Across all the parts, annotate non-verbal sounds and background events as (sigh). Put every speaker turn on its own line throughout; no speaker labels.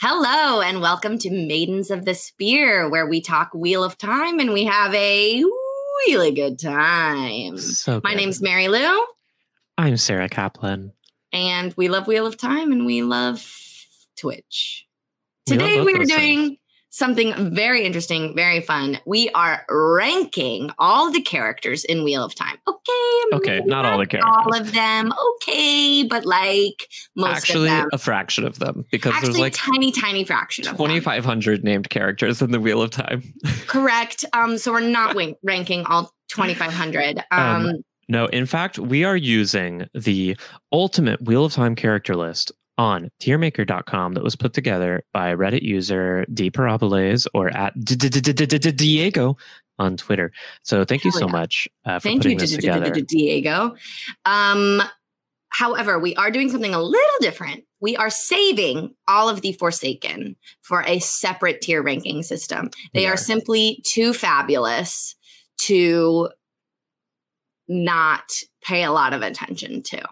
Hello, and welcome to Maidens of the Spear, where we talk Wheel of Time and we have a really good time.
So
My
good.
name's Mary Lou,
I'm Sarah Kaplan.
and we love Wheel of Time and we love Twitch.
We love
Today
both
we are
those
doing
things.
something very interesting, very fun. We are ranking all the characters in Wheel of Time. Okay.
Okay,
maybe
not all the
All
characters.
of them. Okay, but like most
actually
of them.
a fraction of them because
Actually,
there's like
tiny, tiny fraction of them.
2,500 named characters in the Wheel of Time. (laughs)
Correct. Um, so we're not win- ranking all 2,500. Um,
Um, No, in fact, we are using the ultimate Wheel of Time character list on tiermaker.com that was put together by Reddit user D Paraboles or at D- D- D- D- D- D- D- Diego on Twitter. So thank you
Hell
so
yeah.
much uh, for
thank you,
putting this
D- D- D-
together.
D- Diego. Um, however, we are doing something a little different. We are saving all of the Forsaken for a separate tier ranking system. They
We
are
are.
simply too fabulous to not pay a lot of attention to.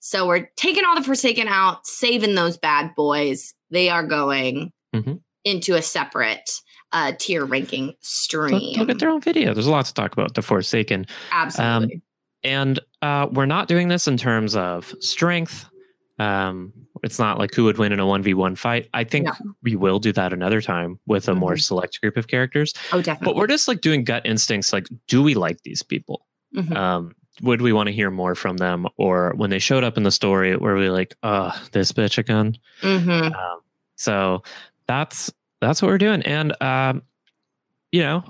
So we're taking all the Forsaken out, saving those bad boys. They are going
Mhm.
into a separate uh, tier ranking
They'll-
stream.
They'll get their um, own video. There's a lot to talk about The Forsaken.
Absolutely.
And uh, we're not doing this in terms of strength. Um, it's not like who would win in a 1v1 fight. I think
No.
we will do that another time with a more
Mhm.
select group of characters.
oh, definitely.
But we're just like doing gut instincts like, do we like these people?
Mhm.
Um, would we want to hear more from them? Or when they showed up in the story, were we like, uh, this bitch again?
Mm-hmm.
Um, so that's that's what we're doing. And um, you know,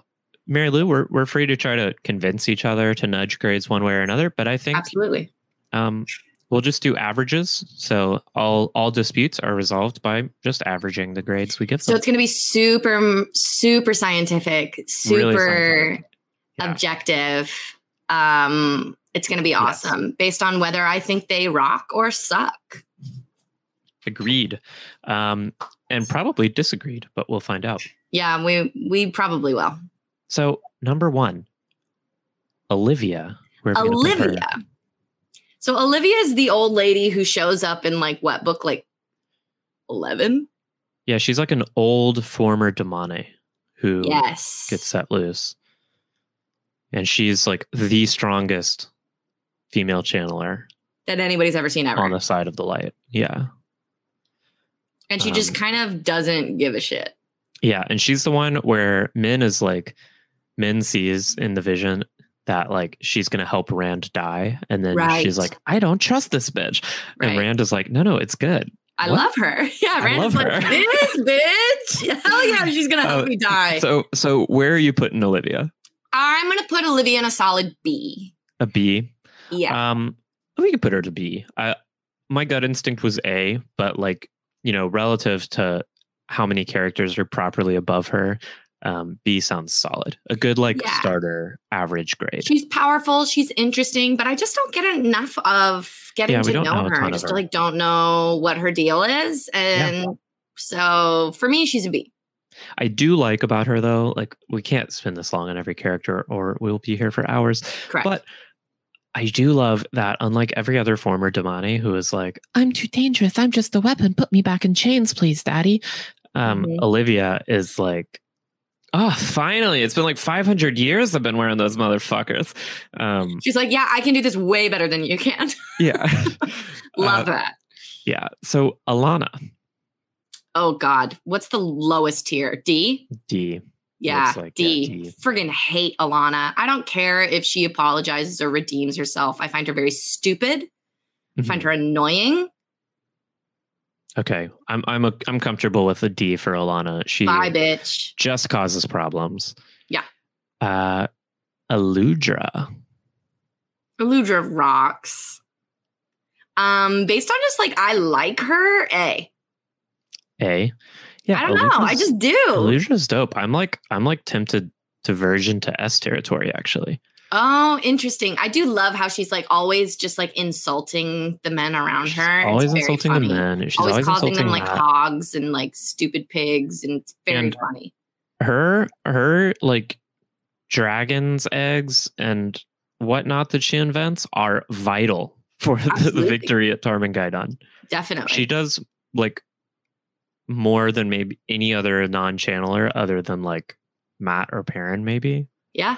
Mary Lou, we're we're free to try to convince each other to nudge grades one way or another. But I think
Absolutely.
um, we'll just do averages. So all all disputes are resolved by just averaging the grades we give
So
them.
it's going to be super, super scientific, super
Really scientific. Yeah.
objective. Um, it's going to be
Yes.
awesome based on whether I think they rock or suck.
Agreed, um, and probably disagreed, but we'll find out.
Yeah, we we probably will.
So number one, Olivia. We're gonna put her-
Olivia. So Olivia is the old lady who shows up in like what book, like eleven?
Yeah, she's like an old former demone who
Yes.
gets set loose. And she's like the strongest female channeler
that anybody's ever seen ever.
on the side of the light. Yeah.
and she just
um,
kind of doesn't give a shit.
Yeah. And she's the one where Min is like, Min sees in the vision that like she's going to help Rand die. And then
Right.
she's like, I don't trust this bitch.
Right.
And Rand is like, no, no, it's good.
I
What?
love her. (laughs) Yeah,
I
Rand's
love
like,
her.
this bitch. (laughs) Hell yeah, she's gonna help
Oh,
me die.
So, so where are you putting Olivia?
I'm gonna put Olivia in a solid B.
A B.
Yeah.
Um, we could put her to B. I, my gut instinct was A, but like you know, relative to how many characters are properly above her, um, B sounds solid. A good like
Yeah.
starter average grade.
she's powerful, she's interesting, but I just don't get enough of getting
Yeah, we
to know,
don't know a
her.
ton
I
of
just
her.
like don't know what her deal is. And so for me, she's a B.
I do like about her though, like we can't spend this long on every character, or we'll be here for hours.
Correct.
But I do love that, unlike every other former Damani who is like, I'm too dangerous. I'm just a weapon. Put me back in chains, please, daddy. Um,
Mhm.
Olivia is like, oh, finally. It's been like 500 years I've been wearing those motherfuckers.
(laughs)
Um,
she's like, Yeah, I can do this way better than you can. (laughs)
yeah. (laughs)
Love
Uh,
that.
Yeah. So Alana,
Oh God. What's the lowest tier? D?
D.
Yeah,
Looks like, yeah,
D.
D.
Friggin' hate Alana. I don't care if she apologizes or redeems herself. I find her very stupid. I
Mm-hmm.
find her annoying.
Okay. I'm I'm a, I'm comfortable with a D for Alana. She
Bye, bitch.
just causes problems.
Yeah.
Uh Aludra.
Eludra rocks. Um, based on just like I like her. A.
A. eh? Yeah.
I don't know. I
Eludra's-
just do.
Illusion is dope. I'm like I'm like tempted to version to S territory actually.
Oh, interesting. I do love how she's like always just like insulting the men around
She's
her. It's
always
very
insulting
funny.
the men. She's
always,
always,
calling
insulting
them like
that.
hogs and like stupid pigs, and it's very
And-
funny.
her her like dragons eggs and whatnot that she invents are vital for the
Absolutely.
victory at Tarmangaidan.
Definitely.
She does like more than maybe any other non-channeler other than like Matt or Perrin, maybe.
Yeah,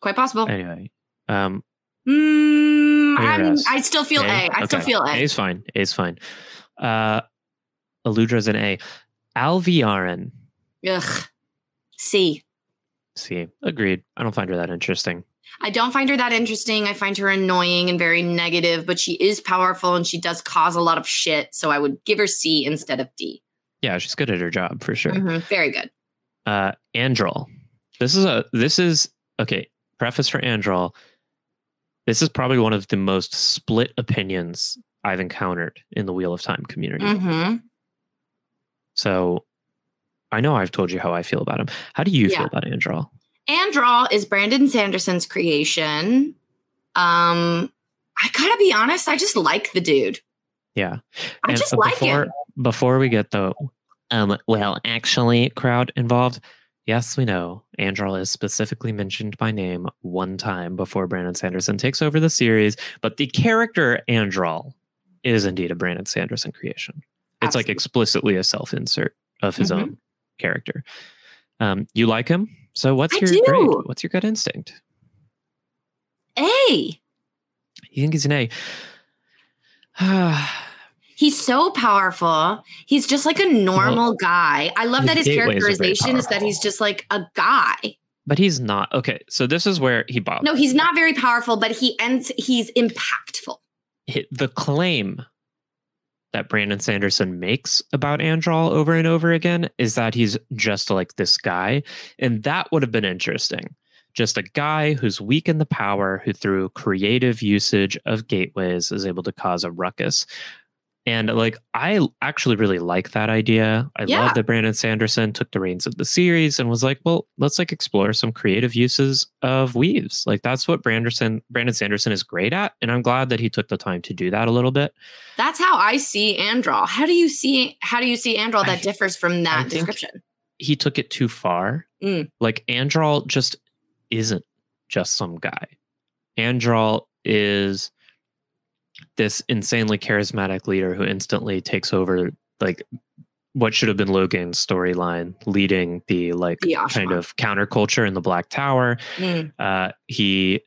quite possible.
Anyway, um,
Mm,
Or
I'm,
S.
I still feel A. I still
Okay.
feel
A
A.
is fine. A is fine. Uh, Eludra's an A. Alviarin.
Ugh. C.
See, agreed. I don't find her that interesting.
I don't find her that interesting. I find her annoying and very negative, but she is powerful and she does cause a lot of shit. So I would give her C instead of D.
Yeah, she's good at her job for sure.
Mhm, Very good.
uh Androl. This is a this is okay, preface for Androl. This is probably one of the most split opinions I've encountered in the Wheel of Time community.
hmm
So I know I've told you how I feel about him. How do you
Yeah.
feel about Androl?
Andral is Brandon Sanderson's creation. Um, I gotta be honest, I just like the dude.
Yeah.
I
And,
just
uh,
like
before,
him.
Before we get the um well actually crowd involved, yes, we know Andrel is specifically mentioned by name one time before Brandon Sanderson takes over the series, but the character Andrel is indeed a Brandon Sanderson creation. It's like
Absolutely.
explicitly a self-insert of his
Mhm.
own character. Um, you like him, so what's
I
your
do.
grade? What's your gut instinct?
A.
You think he's an A?
He's so powerful. He's just like a normal guy. I love
his
that his
gateways are very
characterization is that
powerful.
he's just like a guy.
(sighs) but he's not. Okay, so this is where he bothers.
No, he's not very powerful, but he ends. He's impactful.
hi- the claim that Brandon Sanderson makes about Androl over and over again is that he's just like this guy. And that would have been interesting. Just a guy who's weak in the power, who through creative usage of gateways is able to cause a ruckus. And like, I l- actually really like that idea. I
Yeah.
love that Brandon Sanderson took the reins of the series and was like, well, let's like explore some creative uses of weaves. Like that's what Branderson, Brandon Sanderson is great at. And I'm glad that he took the time to do that a little bit.
That's how I see Andral. How do you see? How do you see Andral
I-
that differs from
I
that
think-
description?
He took it too far.
Mm.
Like Androl just isn't just some guy. Androl is this insanely charismatic leader who instantly takes over like what should have been Logan's storyline, leading the like
The Ashma.
kind of counterculture in the Black Tower.
Mm.
Uh, he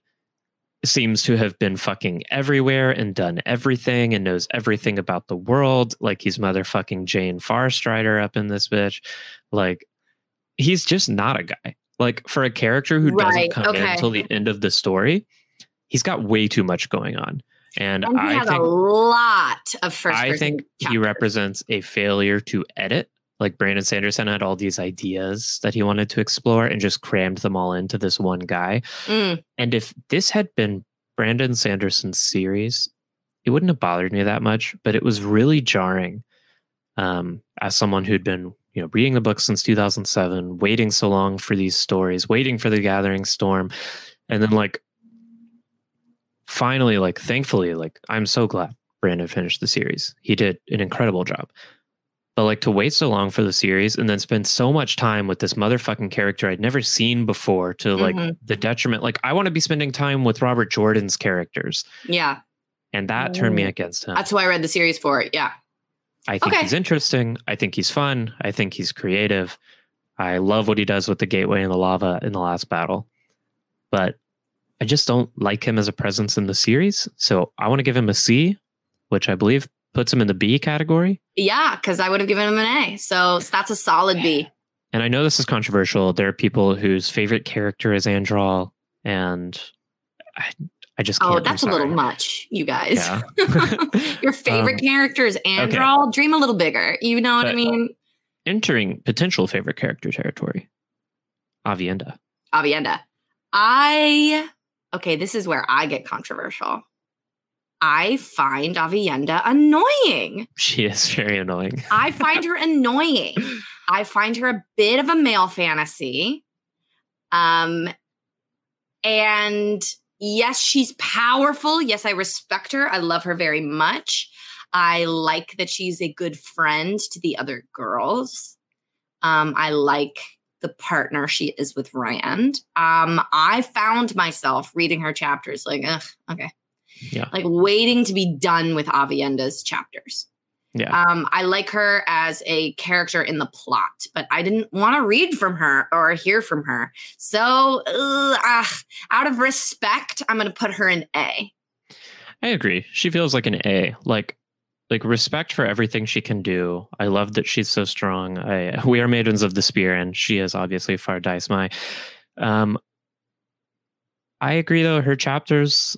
seems to have been fucking everywhere and done everything and knows everything about the world. Like he's motherfucking Jane Farstrider up in this bitch. Like he's just not a guy. Like for a character who
Right,
doesn't come in
okay.
until the end of the story, he's got way too much going on. And,
And he
I
had
think
a lot of first.
I
person
think he
chapters.
represents a failure to edit. Like Brandon Sanderson had all these ideas that he wanted to explore and just crammed them all into this one guy.
Mm.
And if this had been Brandon Sanderson's series, it wouldn't have bothered me that much, but it was really jarring um, as someone who'd been, you know, reading the book since 2007, waiting so long for these stories, waiting for the gathering storm. And then like finally, like thankfully, like I'm so glad Brandon finished the series. He did an incredible job. But like to wait so long for the series and then spend so much time with this motherfucking character I'd never seen before to like
Mhm.
the detriment. Like I want to be spending time with Robert Jordan's characters.
Yeah,
And that turned me against him.
that's who I read the series for. Yeah,
I think
Okay.
he's interesting. I think he's fun. I think he's creative. I love what he does with the gateway and the lava in the last battle. But I just don't like him as a presence in the series. So I want to give him a C, which I believe puts him in the B category.
yeah, because I would have given him an A. So that's a solid B.
And I know this is controversial. There are people whose favorite character is Andral, and I, I just can't.
Oh,
I'm
that's a little
sorry.
much, you guys.
Yeah.
(laughs) Your favorite
(laughs) Um,
character is Andral. Dream a little bigger. You know what I
But- uh,
mean?
Entering potential favorite character territory. Avienda. (laughs)
Avienda. I okay, this is where I get controversial. I find Avienda annoying.
She is very annoying.
I find her annoying. I find her a bit of a male fantasy. Um and yes, she's powerful. Yes, I respect her. I love her very much. I like that she's a good friend to the other girls. Um, I like the partner she is with Rand. Um, I found myself reading her chapters like, ugh, okay.
Yeah.
Like waiting to be done with Avienda's chapters.
Yeah.
Um, I like her as a character in the plot, but I didn't want to read from her or hear from her. So, ugh, ah, out of respect, I'm going to put her in A.
I agree. She feels like an A. Like like respect for everything she can do. I love that she's so strong. I (laughs) we are maidens of the spear, and she is obviously far dice my. Um I agree though, her chapters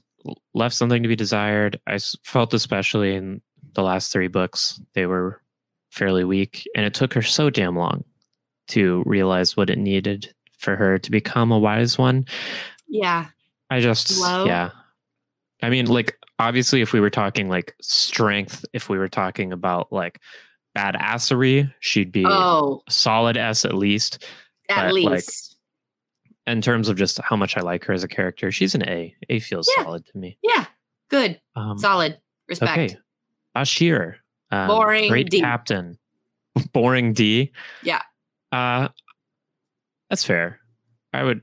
left something to be desired. I s- felt especially in the last three books, they were fairly weak, and it took her so damn long to realize what it needed for her to become a wise one.
Yeah.
I just
Low?
yeah. I mean, like obviously, if we were talking like strength, if we were talking about like badassery, she'd be
Oh,
a solid S at least.
at
but, like,
least.
In terms of just how much I like her as a character, she's an A. A feels
Yeah.
solid to me.
yeah. Good.
Um,
Solid. Respect.
Okay, Ashir, um,
Boring
great
D.
captain, (laughs) boring D.
Yeah.
uh, that's fair. I would.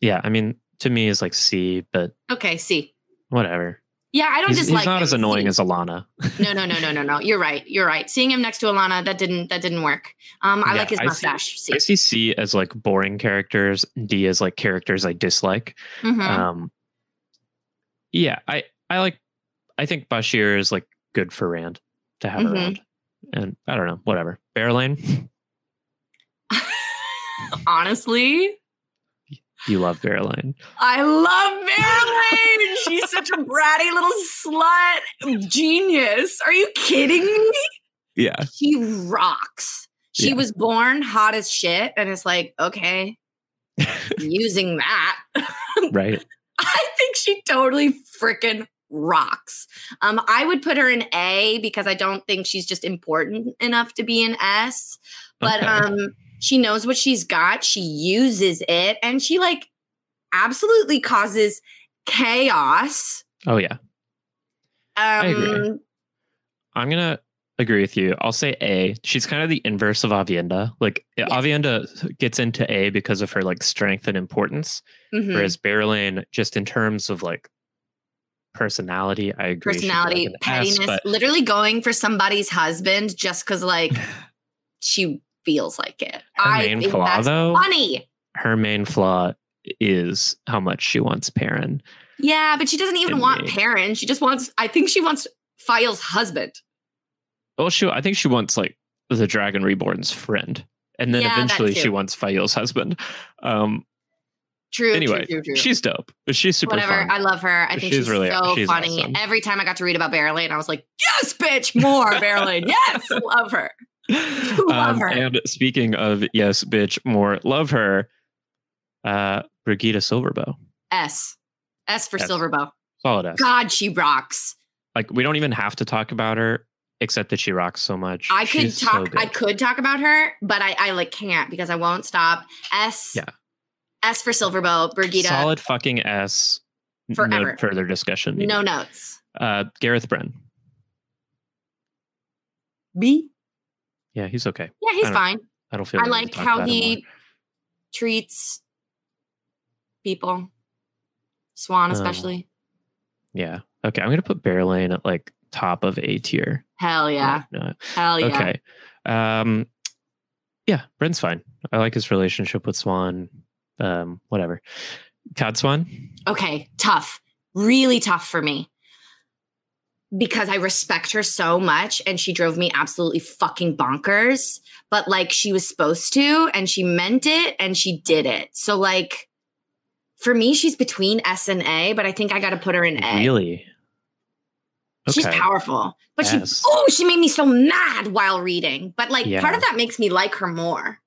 Yeah, I mean, to me, is like C, but
Okay. C.
whatever.
Yeah. I don't
He's,
just
he's
like
not as annoying as Alana.
(laughs) no, no, no, no, no, no. You're right. You're right. Seeing him next to Alana, that didn't that didn't work. Um, I
Yeah,
like his
I see-
mustache.
I
See.
see C as like boring characters, D as like characters I dislike.
Mhm.
Um Yeah, I I like I think Bashir is like good for Rand to have
Mhm.
around. And I don't know, whatever. Bear Lane, Uh,
(laughs) Honestly,
(laughs) you love Bear Lane.
I love Marilyn. She's such a bratty little slut. Genius. Are you kidding me? (laughs)
Yeah.
She rocks. She
Yeah.
was born hot as shit, and it's like, okay, using that.
Right.
I think she totally freaking rocks. Um, I would put her in A because I don't think she's just important enough to be an S. But
Okay.
um, she knows what she's got. She uses it, and she like absolutely causes chaos.
Oh yeah.
Um,
agree. I'm gonna agree with you. I'll say A. She's kind of the inverse of Avienda. Like Avienda gets into A because of her like strength and importance.
mhm.
Whereas Berlin, just in terms of like personality, I agree. she'd be, like,
Personality,
an S,
pettiness,
but-
literally going for somebody's husband just because
(sighs)
like she feels like it.
Her
I
main
think
flaw,
that's
though-
funny.
her main flaw is how much she wants Perrin.
Yeah, but she doesn't even
And
want
me.
Perrin. She just wants, I think she wants File's husband.
Well, she I think she wants like the Dragon Reborn's friend. And then
Yeah, that
eventually
too.
she wants Fael's husband. Um
True. true,
anyway,
true, true.
she's dope. She's super
Whatever.
fun.
I love her. I think she's,
She's really-
so
she's
funny.
awesome.
Every time I got to read about Bear Lane, I was like, yes, bitch, more Bear
(laughs)
Lane. Yes, love her. (laughs) love her.
Um, And speaking of yes, bitch, more love her, uh Brigida Silverbow.
S. S for
Yes.
Silverbow.
Solid S.
God, she rocks.
like we don't even have to talk about her except that she rocks so much.
I could
She's so
talk. I
good.
could talk about her, but I, I like can't because I won't stop. S.
Yeah.
S for Silverbow. Brigida.
Solid fucking S. N-
Forever.
No further discussion.
No
needed.
notes.
Uh, Gareth Bren.
B.
Yeah, he's okay.
Yeah, he's
I don't-
fine.
I don't feel.
I
the need to
like
talk
how
about him
he treats people. Swan
Um,
especially.
more. Yeah. Okay. I'm gonna put Bear Lane at like top of A tier.
Hell yeah.
No.
Hell yeah.
Oh. Okay. Um. Yeah, Bren's fine. I like his relationship with Swan. Um. Whatever. Cod Swan.
okay, tough, really tough for me because I respect her so much and she drove me absolutely fucking bonkers, but like she was supposed to and she meant it and she did it. So, like, for me, she's between S and A, but I think I got to put her in A.
Really.
She's powerful, but
Yes.
she, oh, she made me so mad while reading. But like, part
Yeah.
of that makes me like her more.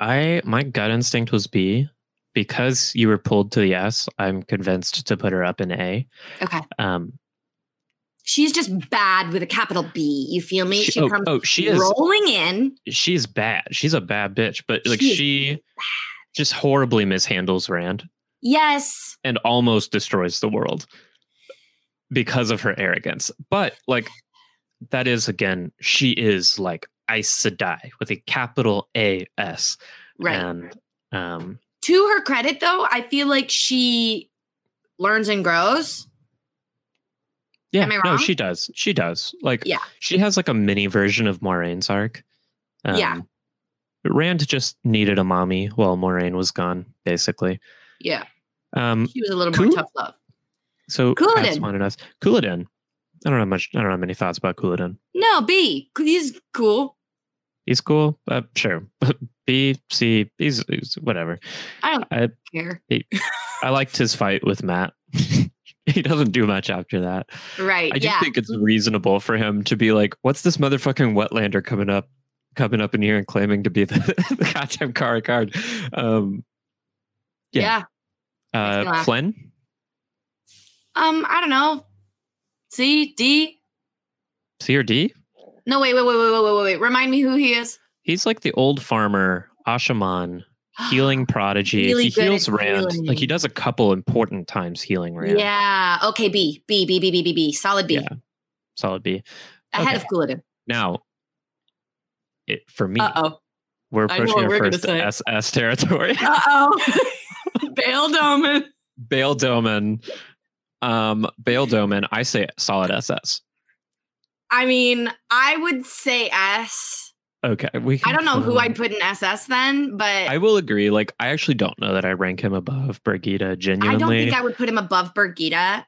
I my gut instinct was B. Because you were pulled to the S, I'm convinced to put her up in A.
Okay.
Um,
She's just bad with a capital B. You feel me?
she-
She,
oh,
comes
oh, she is
rolling in.
she's bad. She's a bad bitch, but like
She
she,
is
just horribly mishandles Rand
Yes.
and almost destroys the world because of her arrogance. But like that is again, she is like Aes Sedai with a capital A S.
Right.
And um
to her credit, though, I feel like she learns and grows.
Yeah,
Am I
no,
wrong?
she does. She does. Like,
Yeah.
she has like a mini version of Moraine's arc.
Yeah.
Rand just needed a mommy while Moraine was gone, basically.
Yeah.
Um,
She was a little
Cool.
more tough love.
so that's
Cooladin.
one enough. Cooladin. I don't have much. I don't have many thoughts about Cooladin.
No, B. He's cool.
He's cool. Uh, sure. (laughs) B, C, he's, he's whatever.
I don't
I-
care.
I liked his fight with Matt. (laughs) he doesn't do much after that.
Right.
I just
yeah.
think it's reasonable for him to be like, "What's this motherfucking wetlander coming up, coming up in here and claiming to be the, (laughs) the goddamn Kara card?" Um, yeah.
yeah. Makes me
uh,
laugh.
Flynn,
Um, I don't know. C, D.
C or D?
No, wait, wait, wait, wait, wait, wait, wait, wait. Remind me who he is.
He's like the old farmer
(gasps)
Ashaman, healing prodigy.
Really
he
good at
heals Rand. Like he
healing.
does a couple important times healing Rand.
Yeah. Okay, B. B, B, B, B, B, B. Solid B.
Yeah. Solid B.
Ahead of Cooladin.
Now, it, for me, (laughs)
Uh-oh.
we're
I know
approaching
what
our
we're gonna
first
say.
SS territory. (laughs)
Uh-oh. (laughs) Bail Doman.
Bale Doman. Um, Bale Doman, I say solid SS.
I mean, I would say S.
Okay. We
I
can-
don't know who
um,
I'd put in SS then, but
I
I,
will agree. Like, I actually don't know that I rank him above Brigida genuinely.
don't think I would put him above Birgitta.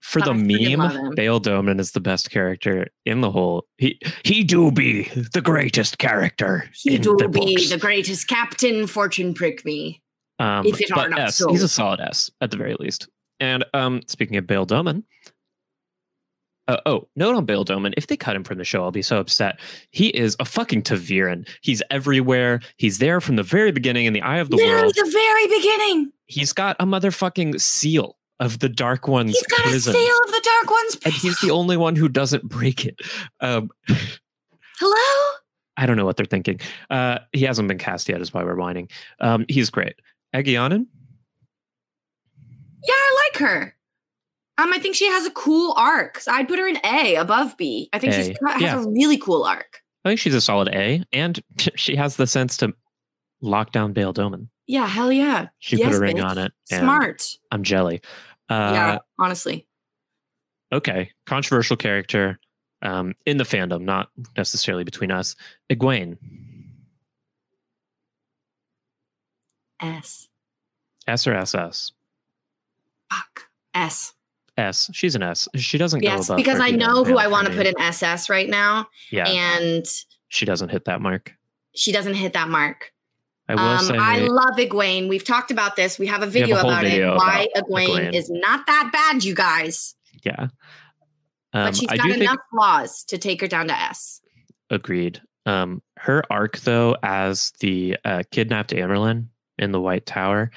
For the
I freaking love
meme,
him.
Bale Doman is the best character in the whole. He he do be the greatest character.
He
in
do
the
be
books.
the greatest captain, fortune prick me.
Um,
If it are
but
not
S,
so.
he's a solid S at the very least. And um, speaking of Bale Doman, uh, oh, note on Bale Doman: if they cut him from the show, I'll be so upset. He is a fucking Taviran. He's everywhere. He's there from the very beginning in the eye of the
Literally
world.
the very beginning.
He's got a motherfucking seal of the Dark One's
He's got
prison,
a seal of the dark ones.
and he's the only one who doesn't break it. Um,
Hello?
I don't know what they're thinking. Uh, he hasn't been cast yet, is why we're whining. Um, he's great. Agianan,
Yeah, I like her. Um, I think she has a cool arc. So I'd put her in A above B. I think she's
A,
has
yeah.
a really cool arc.
I think she's a solid A, and (laughs) she has the sense to lock down Bale Doman.
Yeah, hell yeah.
She put
Yes,
a ring
bitch.
on it. and
Smart.
I'm jelly. Uh,
yeah, honestly.
Okay. Controversial character um, in the fandom, not necessarily between us. Egwene.
S.
S or SS?
Fuck. S.
S. She's an S. She doesn't
Yes,
go above.
because I
Brigida
know
and
who
Bale
I
for
want to
me.
put in SS right now,
Yeah.
and
she doesn't hit that mark.
she doesn't hit that mark.
I will
um,
say.
I love Egwene. We've talked about this. We have a
have a
video
whole
about
video
it. Why
Egwene.
Egwene is not that bad, you guys.
yeah. Um,
but she's
I
got
do
enough
think
flaws to take her down to S.
Agreed. Um, her arc though, as the uh, kidnapped Amerlin in the White Tower,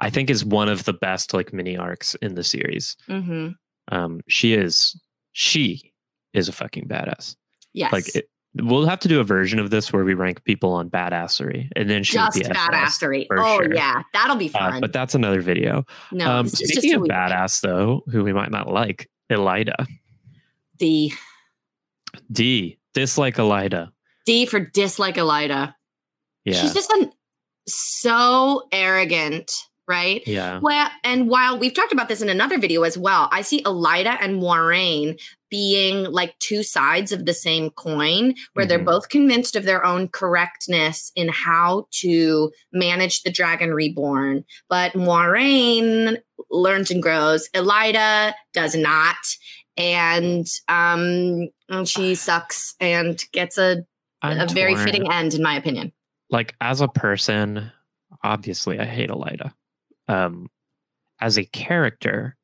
I think is one of the best like mini arcs in the series.
Mm-hmm.
Um, she is she is a fucking badass.
Yes.
Like it, we'll have to do a version of this where we rank people on badassery, and then she'll
just
be badass.
badassery.
for
Oh
sure.
yeah, that'll be fun.
Uh, but that's another video.
no,
um,
it's just,
speaking
who
of
we-
badass though, who we might not like, Elida
D
D dislike Elida.
D for dislike Elida.
Yeah,
She's just an, so arrogant, right?
yeah,
Well, and while we've talked about this in another video as well, I see Elida and Moraine being like two sides of the same coin, where they're
Mhm.
both convinced of their own correctness in how to manage the Dragon Reborn. But Moraine learns and grows, Elida does not. And um, and
(sighs)
she sucks and gets a,
I'm
a very
torn.
fitting end, in my opinion.
like as a person, obviously I hate Elida. Um, as a character,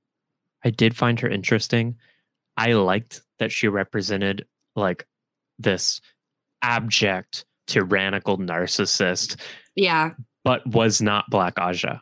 I did find her interesting. I liked that she represented like this abject tyrannical narcissist,
Yeah.
but was not Black Aja.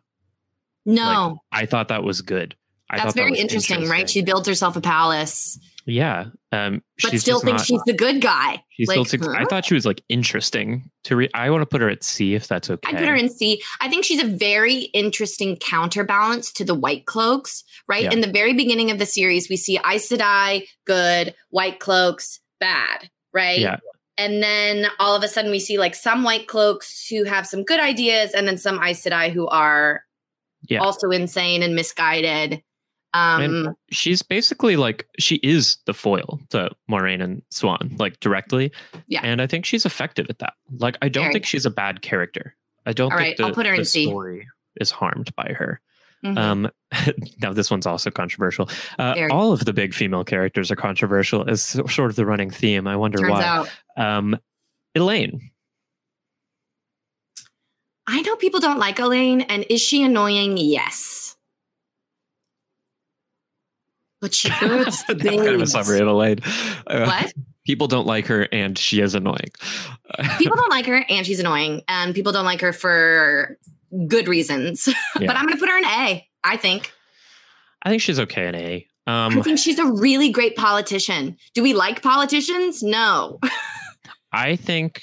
No,
I thought that was good. I
that's
thought that
very
was
interesting, right? She builds herself a palace.
yeah, um,
but
she's
still
just
thinks
not-
she's the good guy.
she's
like,
still.
huh?
I thought she was like interesting to read. I want to put her at C if that's okay.
I'd put her in C. I think she's a very interesting counterbalance to the White Cloaks, right?
Yeah.
In the very beginning of the series, we see Aes Sedai, good, White Cloaks, bad, right?
Yeah.
And then all of a sudden, we see like some White Cloaks who have some good ideas, and then some Aes Sedai who are
Yeah.
also insane and misguided. Um,
And she's basically like she is the foil to Moraine and Swan, like directly.
Yeah.
And I think she's effective at that. Like I don't
Very.
think she's a bad character. I don't
All
think
right,
the,
I'll put her
the
in C.
story is harmed by her.
mhm.
Um, (laughs) now this one's also controversial. Uh,
Very.
all of the big female characters are controversial, is so- sort of the running theme. I wonder
turns
why.
out,
Um, Elaine,
I know people don't like Elaine, and is she annoying? Yes. But
(laughs)
she birds
That's kind of a summary of Elaine. Uh,
What?
People don't like her, and she is annoying.
People don't like her, and she's annoying, and people don't like her for good reasons. (laughs)
Yeah.
but I'm going to put her in A. I think.
(laughs) I think she's okay in A.
I
Um,
think she's a really great politician. Do we like politicians? No. (laughs)
I think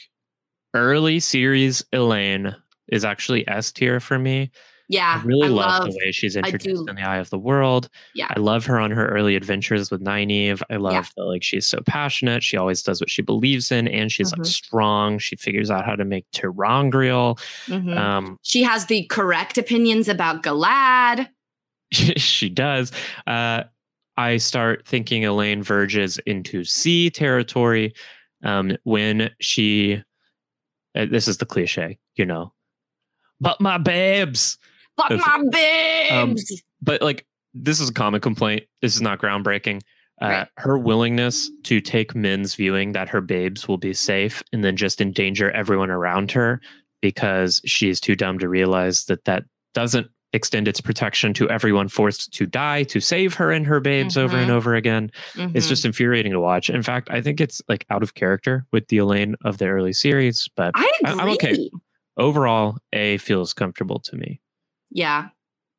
early series Elaine is actually S tier for me.
Yeah,
I really
Ah, I
love,
love-
the way she's
I
introduced
do-
in the Eye of the World.
Yeah.
I love her on her early adventures with Nynaeve. I love that like she's so passionate. She always does what she believes in, and she's
Mhm.
like strong. She figures out how to make Tyrangriel.
Mhm.
Um,
she has the correct opinions about Galad.
(laughs) she does. Uh, I start thinking Elaine verges into C territory um, when she. uh, this is the cliche, you know. But my babes.
Fuck
That's-
my babes.
But like, this is a common complaint. This is not groundbreaking. Uh,
Right.
Her willingness to take men's viewing that her babes will be safe and then just endanger everyone around her because she is too dumb to realize that that doesn't extend its protection to everyone forced to die to save her and her babes over and
Mhm.
over again. It's
Mhm.
just infuriating to watch. In fact, I think it's like out of character with the Elaine of the early series, but
I
I-
agree.
I'm okay. overall, A feels comfortable to me.
Yeah.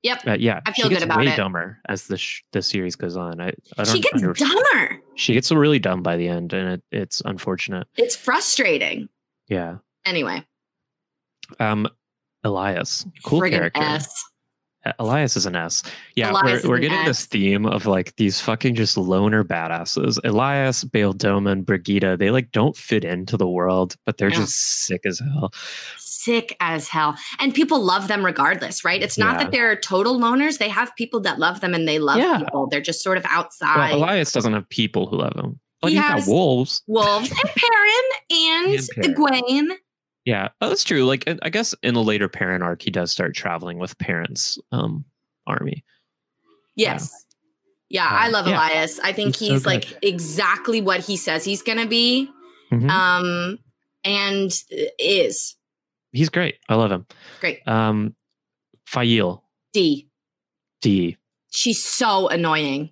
Yep.
Uh, yeah,
I feel
she
good
gets
about
way
it.
dumber as the sh- the series goes on. I, I don't
She gets
under-
dumber.
She gets really dumb by the end, and it, it's unfortunate.
It's frustrating.
Yeah.
Anyway,
Um, Elias, cool
friggin'
character.
S.
Uh, Elias is an S. Yeah,
Elias is
we're, we're
an
getting this theme of like these fucking just loner badasses. Elias, Bale Doman, Brigida, they like don't fit into the world, but they're
Yeah.
just sick as hell.
Sick as hell. And people love them regardless, right? It's not
Yeah.
that they're total loners. They have people that love them and they love
Yeah.
people. They're just sort of outside.
Well, Elias doesn't have people who love him, but
He
he has
has-
got wolves. (laughs)
Wolves and Perrin and,
And
Egwene.
Yeah, oh, that's true. Like, I- I guess in the later parent arc, he does start traveling with parents' um army.
Yes. Yeah,
Uh,
I love
yeah.
Elias. I think
He's
he's,
so good.
like exactly what he says he's going to be
Mhm.
um and is
He's great. I love him.
great.
Um, Fail
D.
D.
She's so annoying.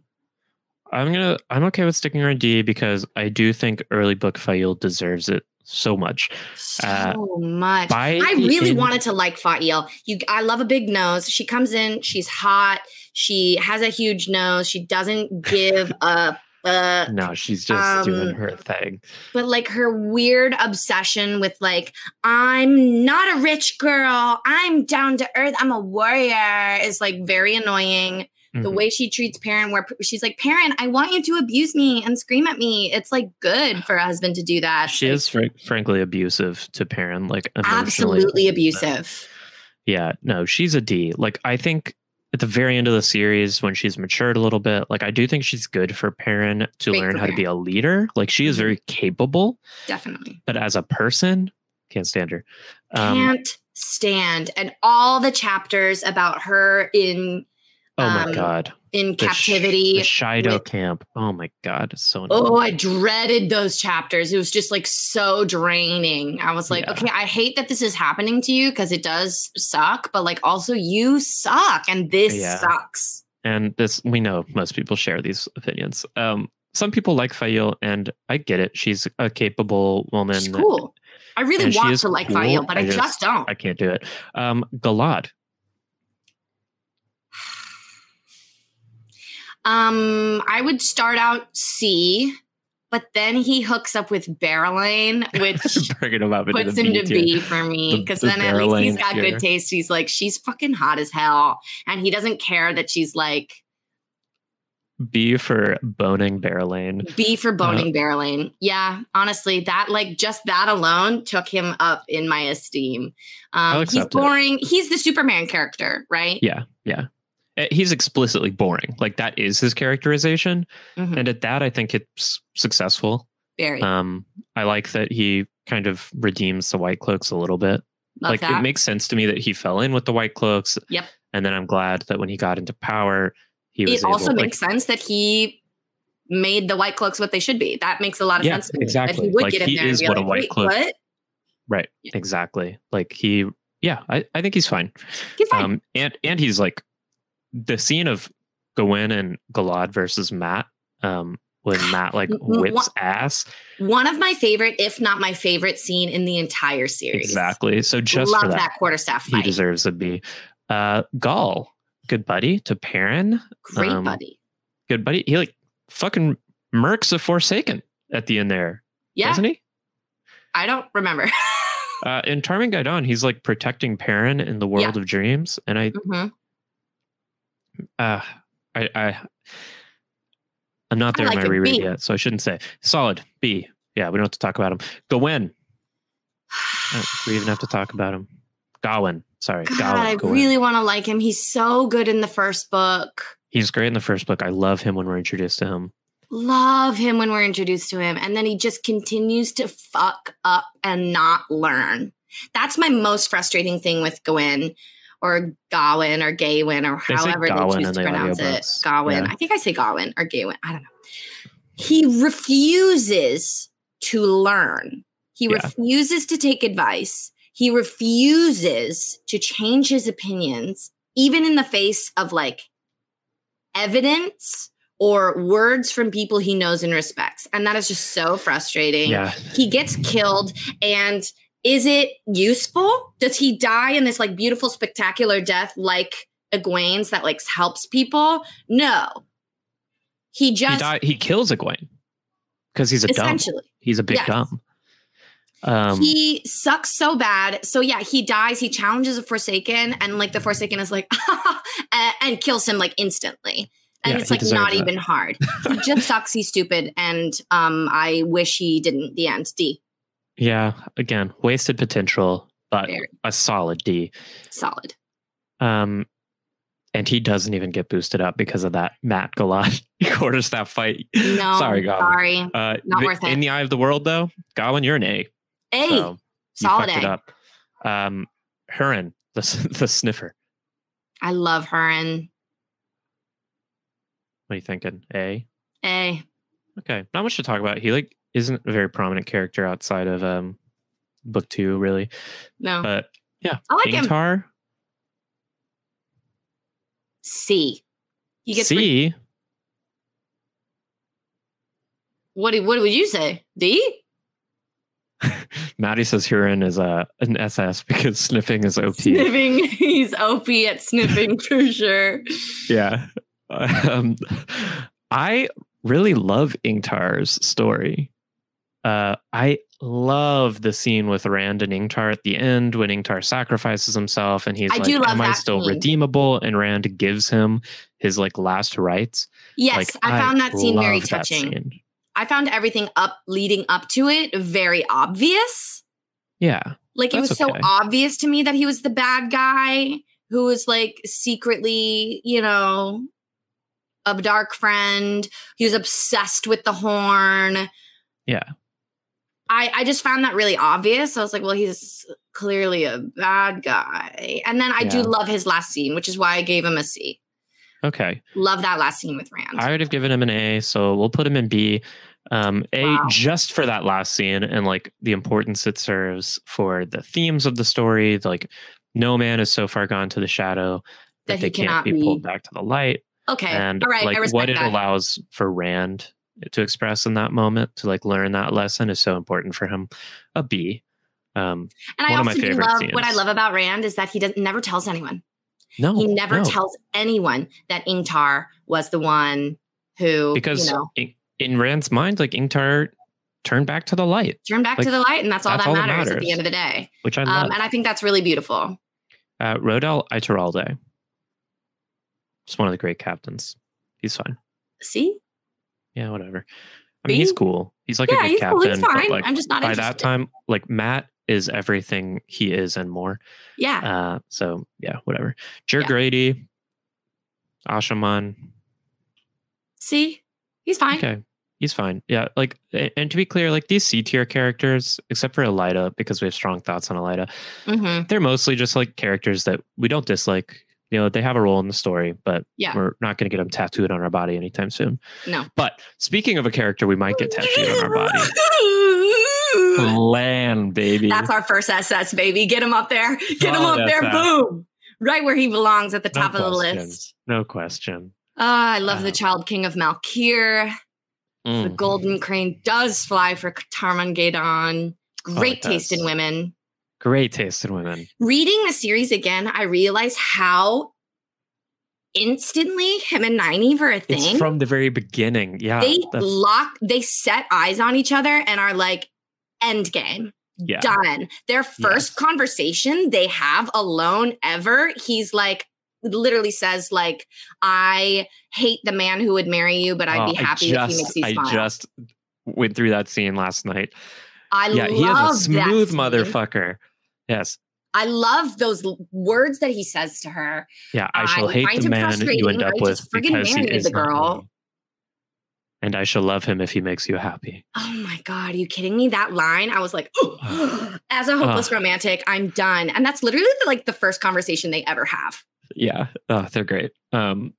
I'm gonna. I'm okay with sticking around D because I do think early book Fail deserves it so much.
So
Uh,
much.
by
I
the
really
end-
wanted to like Fail. You, I love a big nose. She comes in. She's hot. She has a huge nose. She doesn't
(laughs)
give up. Uh,
No, she's just doing
Um,
her thing.
but like her weird obsession with like, I'm not a rich girl. I'm down to earth. I'm a warrior. Is like very annoying. The
Mhm.
way she treats Perrin, where she's like, Perrin, I want you to abuse me and scream at me. It's like good for a husband to do that.
she
Like,
is fr- frankly abusive to Perrin, like emotionally.
absolutely abusive.
Yeah, no, she's a D. Like I think at the very end of the series when she's matured a little bit, like I do think she's good for Perrin to
Great
learn
for
how to be a leader. Like she is
Mhm.
very capable,
Definitely.
but as a person, can't stand her. Um,
Can't stand. And all the chapters about her in
oh my
um,
god,
in
The sh-
captivity.
the Shido
with-
camp. Oh my god, it's so annoying.
oh, I dreaded those chapters. It was just like so draining. I was like,
Yeah.
okay, I hate that this is happening to you because it does suck, but like also you suck and this
Yeah.
sucks.
and this we know most people share these opinions. Um, some people like Fail, and I get it. She's a capable woman.
She's cool. I really
and she
want
is
to like
cool.
Fael, but
I
I,
just-
just, don't.
I can't do it. Um, Galad. (laughs)
Um, I would start out C, but then he hooks up with Barreline, which
(laughs) bringing him up into
puts
the
him
B
to
tier.
B for me
The-
because
the
then at least he's
Barreline
got
tier.
good taste. He's like, she's fucking hot as hell, and he doesn't care that she's like
B for boning Barrelane.
B for boning Barreline. Yeah, honestly, that like just that alone took him up in my esteem. Um, he's
accept it.
boring. He's the Superman character, right?
Yeah, yeah. eh, he's explicitly boring. Like that is his characterization,
Mhm.
and at that, I think it's successful.
Very
Um, I like that he kind of redeems the White Cloaks a little bit.
love
like
that.
it makes sense to me that he fell in with the White Cloaks.
Yep.
And then I'm glad that when he got into power, he was
it also
able, like,
makes sense that he made the white cloaks what they should be. That makes a lot of
Yeah,
sense. to me, That
exactly.
he would
Like,
get in
he
there and
is
be
what a
like,
White
"Wait,
Cloak-
What?
Right.
Yeah.
Exactly. Like he yeah, I, I think he's fine.
He's fine.
Um and and he's like the scene of Gawain and Galad versus Matt, um,
(sighs)
when Matt like
Mm, mm,
whips
what-
ass.
One of my favorite, if not my favorite, scene in the entire series.
Exactly. So just
love
for that,
quarterstaff
he
fight.
deserves a B. Uh Gaul, good buddy to Perrin.
Great
um,
buddy.
Good buddy. He like fucking murks a forsaken at the end there,
Yeah,
doesn't he?
I don't remember. (laughs)
Uh, in Charming Guidon, he's like protecting Perrin in the world of dreams, and I
Mhm.
uh I I I'm not
I
there in
like
my
it.
reread
B.
yet, so I shouldn't say. Solid B. Yeah, we don't have to talk about him. Gawain. Uh, Do we even have to talk about him? Gawain. Sorry.
God,
Gawain.
I
Gawain.
really want to like him. He's so good in the first book.
He's great in the first book. I love him when we're introduced to him.
Love him when we're introduced to him. And then he just continues to fuck up and not learn. That's my most frustrating thing with Gawain or Gawain or Gawain or
They say
however
Gawain
they choose to
in the
pronounce it.
audiobooks.
Gawain.
Yeah.
I think I say Gawain or Gawain. I don't know. He refuses to learn. He
Yeah.
refuses to take advice. He refuses to change his opinions, even in the face of like evidence or words from people he knows and respects. And that is just so frustrating.
Yeah.
He gets killed and is it useful? Does he die in this like beautiful, spectacular death like Egwene's that like helps people? No. He
He
just
died, he kills Egwene. Because he's a dumb.
essentially
He's a big
yes.
dumb. Um
he sucks so bad. So yeah, he dies. He challenges a Forsaken, and like the Forsaken is like, (laughs) and, and kills him like instantly. And
Yeah,
it's
he
like not
deserves that.
even
(laughs)
hard. He just sucks. He's stupid, and um, I wish he didn't. The end. D
yeah, again, wasted potential, but
Very.
a solid D.
solid.
Um, and he doesn't even get boosted up because of that Matt Gallant (laughs) quarterstaff fight.
No,
(laughs) sorry, Godwin.
sorry.
Uh,
not
the-
worth it.
In the eye of the world, though, Godwin, you're an A.
A
so you
solid.
fucked it
A.
up. Um, Huron, the s- (laughs) the sniffer.
I love her and
What are you thinking? A.
A.
Okay, not much to talk about. He like isn't a very prominent character outside of um, book two, really.
No,
But
I like him.
Ingtar,
C. He gets. re-
C.
what? do- What would you say? D.
Maddie says Huron is a an SS (laughs) because sniffing is OP.
(laughs) Sniffing. He's OP at sniffing for sure.
yeah. (laughs) Um, I really love Ingtar's story. Uh, I love the scene with Rand and Ingtar at the end when Ingtar sacrifices himself and he's
I
like,
do love
Am I
that
still
scene.
redeemable? And Rand gives him his like last rites.
Yes,
Like,
I found that scene very
love that
touching.
scene.
I found everything up leading up to it very obvious.
Yeah.
Like it
That's
was
okay.
so obvious to me that he was the bad guy who was like secretly, you know, a dark friend. He was obsessed with the horn.
Yeah.
I, I just found that really obvious. I was like, well, he's clearly a bad guy. And then I do
Yeah.
love his last scene, which is why I gave him a C.
Okay.
Love that last scene with Rand.
I would have given him an A, so we'll put him in B. Um, a
Wow.
just for that last scene and like the importance it serves for the themes of the story. the, Like, no man is so far gone to the shadow that,
That he
they can't
cannot
be pulled
be-
back to the light.
okay.
And
All right. I
like
respect
what it
that.
allows for Rand to express in that moment to like learn that lesson is so important for him. A B. Um,
And
One
I
of my
also do
favorite
love what I
scenes.
love about Rand is that he doesn't never tells anyone.
no,
he never
no,
tells anyone that Ingtar was the one who
because
you know
in, in Rand's mind, like Ingtar turned back to the light,
turned back
like,
to the light, and that's all
that's
that
all that
matters, at the
matters.
end of the day.
which I love.
Um, and I think that's really beautiful.
Uh, Rodel Ituralde. Just one of the great captains. He's fine.
See,
Yeah, whatever. I mean, he's
B?
cool. He's like a
yeah,
good
he's
captain.
cool. He's
but,
fine.
like,
I'm just not
by
interested.
that time, like Matt is everything he is and more.
yeah,
Uh, so yeah, whatever. Jer
Yeah.
Grady. Ashaman.
See, he's fine.
Okay. He's fine. Yeah. Like, a- and to be clear, like these C tier characters, except for Elida, because we have strong thoughts on Elida,
hmm
they're mostly just like characters that we don't dislike. You know, they have a role in the story, but
Yeah.
we're not going to get them tattooed on our body anytime soon.
No.
But speaking of a character we might get tattooed on our
(laughs)
body, Oh, Lan, baby.
That's our first SS, baby. Get him up there. Get him
Solid
up there.
SS.
Boom. Right where he belongs at the
No
top of the
question.
list.
no question.
Ah, I love
Wow.
the Child King of Malkir. The
Uh-huh. Mm.
Golden Crane does fly for Tarman Gaidon. Great
Oh, does.
taste in women.
Great taste in women.
Reading the series again, I realize how instantly him and Nineve are a thing.
It's from the very beginning. Yeah.
they
that's-
lock, they set eyes on each other and are like, end game.
yeah.
done. Their first
Yes.
conversation they have alone ever, he's like literally says like I hate the man who would marry you, but I'd
Oh,
be happy
I
if he
just,
makes you
I
smile. I,
just went through that scene last night. yeah,
love
he is a
that
smooth
scene.
motherfucker. Yes.
I love those l- words that he says to her.
Yeah, I shall
I
hate
find
the
him
man you end
frustrating.
up
I
with
just friggin'
because he
married
is
the
not
girl.
me. And I shall love him if he makes you happy.
Oh my god, are you kidding me? That line, I was
(sighs)
like, (gasps) oh, as a
Uh.
hopeless romantic, I'm done. And that's literally the, like the first conversation they ever have.
Yeah, oh, they're great. Um,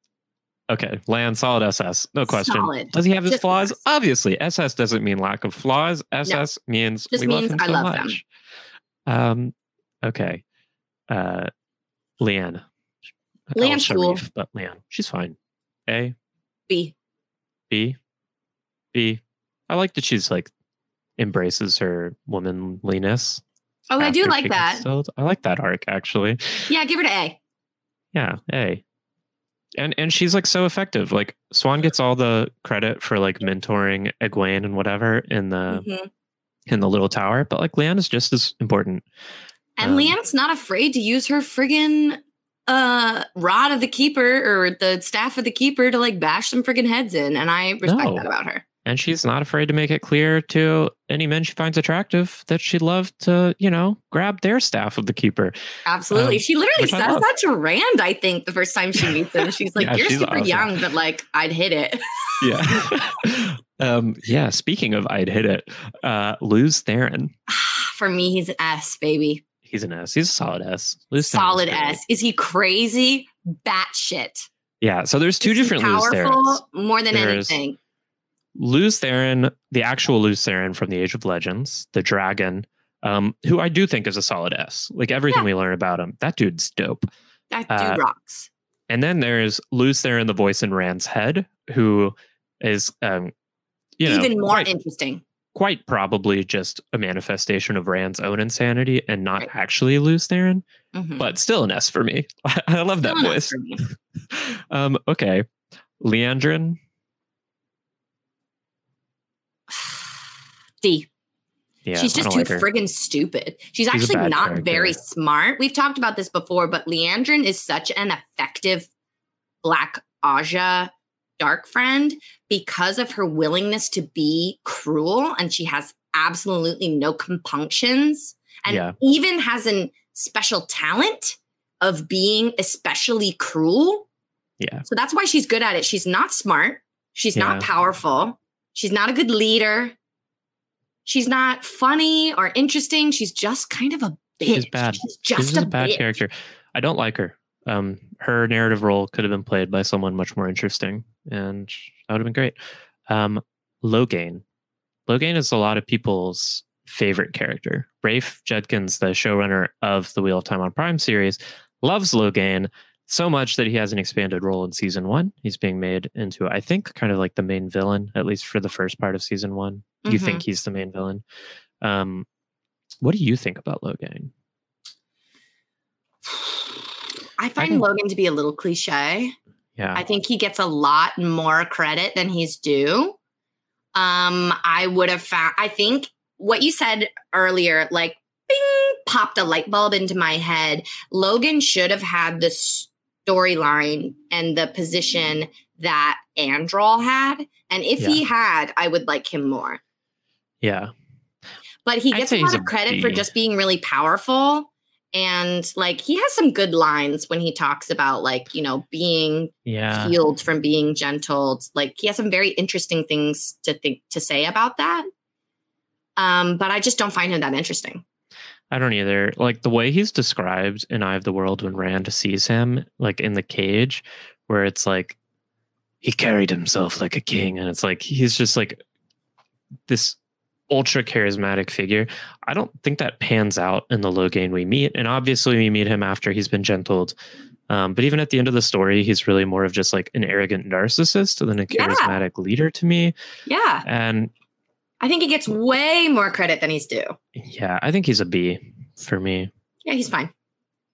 okay, land solid SS, no question.
Solid.
Does he have his
Just
flaws?
yes.
Obviously, SS doesn't mean lack of flaws. SS means
Just
we
means
love him
I
so
love them.
much. Um, okay, uh, Leanne. El
Leanne's cool.
Sharif, but Leanne, she's fine. A,
B.
B, B. I like that she's like embraces her womanliness.
Oh, I do
after she
like
gets
that.
sold. I like that arc actually.
Yeah, give her to A.
Yeah, hey. And and she's like so effective. Like Swan gets all the credit for like mentoring Egwene and whatever in the
Mhm.
in the little tower, but like Leanne is just as important.
And
Um,
Leanne's not afraid to use her friggin' uh, rod of the keeper or the staff of the keeper to like bash some friggin' heads in. And I respect
No.
that about her.
And she's not afraid to make it clear to any men she finds attractive that she'd love to, you know, grab their staff of the keeper.
Absolutely.
Um,
she literally
which I
says
love.
that to Rand, I think, the first time she meets him. She's like,
(laughs) Yeah,
You're
she's
super
awesome.
young, but like, I'd hit it. (sighs)
(laughs) Yeah. um, yeah, speaking of I'd hit it, uh Luz Theron.
For me, he's an S, baby.
He's an S. He's a solid S. Luz Theron's
Solid
great.
S. Is he crazy? Batshit.
Yeah. So there's two
Is he
different Luz Therons.
Powerful more than
There's-
anything.
Luz Theron, the actual Luz Theron from the Age of Legends, the dragon, um, who I do think is a solid S. Like everything
Yeah.
we learn about him, that dude's dope.
That
uh,
dude rocks.
And then there's Luz Theron, the voice in Rand's head, who is, um, you know,
Even more
quite,
interesting.
quite probably just a manifestation of Rand's own insanity and not
Right.
actually Luz Theron,
Mhm.
but still an S for me. (laughs) I love that
Still an S
voice.
for me. (sighs)
um, okay. Leandrin,
D.
yeah,
She's
I
just
don't
too
like her.
friggin' stupid. She's
a
actually
bad
not
character.
very smart. We've talked about this before, but Leandrin is such an effective black Aja dark friend because of her willingness to be cruel and she has absolutely no compunctions and
Yeah.
even has an special talent of being especially cruel.
Yeah.
So that's why she's good at it. She's not smart. She's not
Yeah.
powerful. She's not a good leader. She's not funny or interesting. She's just kind of a bitch.
She's bad.
She's just
She's just
a,
a bad
bitch.
character. I don't like her. Um, her narrative role could have been played by someone much more interesting, and that would have been great. Um, Logain. Logain is a lot of people's favorite character. Rafe Judkins, the showrunner of the Wheel of Time on Prime series, loves Logain so much that he has an expanded role in season one. He's being made into, I think, kind of like the main villain, at least for the first part of season one. You
Mhm.
think he's the main villain. Um, what do you think about Logain?
(sighs) I find
can-
Logan to be a little cliche.
Yeah.
I think he gets a lot more credit than he's due. Um, I would have found. I think what you said earlier, like, bing, popped a light bulb into my head. Logan should have had the storyline and the position that Androl had, and if he had, I would like him more.
Yeah.
But he
I'd
gets
say
a lot
he's
of
a
credit for
B.
just being really powerful and like he has some good lines when he talks about like you know being
Yeah.
healed from being gentled like he has some very interesting things to think to say about that um but i just don't find him that interesting
I don't either. Like the way he's described in Eye of the World when Rand sees him, like in the cage, where it's like he carried himself like a king, and it's like he's just like this ultra charismatic figure. I don't think that pans out in the Logain we meet, and obviously we meet him after he's been gentled. Um, but even at the end of the story, he's really more of just like an arrogant narcissist than a
Yeah.
charismatic leader to me.
yeah
And
i think he gets way more credit than he's due
yeah, I think he's a B for me.
yeah he's fine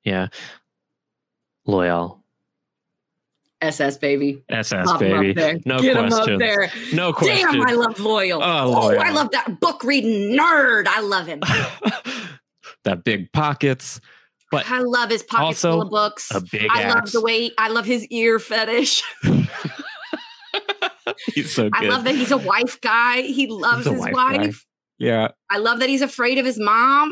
Yeah. Loyal.
ss baby
SS
Pop 'em up
baby.
there.
No
Get him up
questions.
there.
No questions.
Damn, I
(laughs)
love Loyal.
Oh, Loyal.
I love that book reading nerd. I love him.
that big pockets, But
I love his pockets
also
full of books.
a big
I love
axe.
the way I love his ear fetish.
he's so
I
good.
love that he's a wife guy. He loves
a
his
wife
wife.
guy. Yeah,
I love that he's afraid of his mom.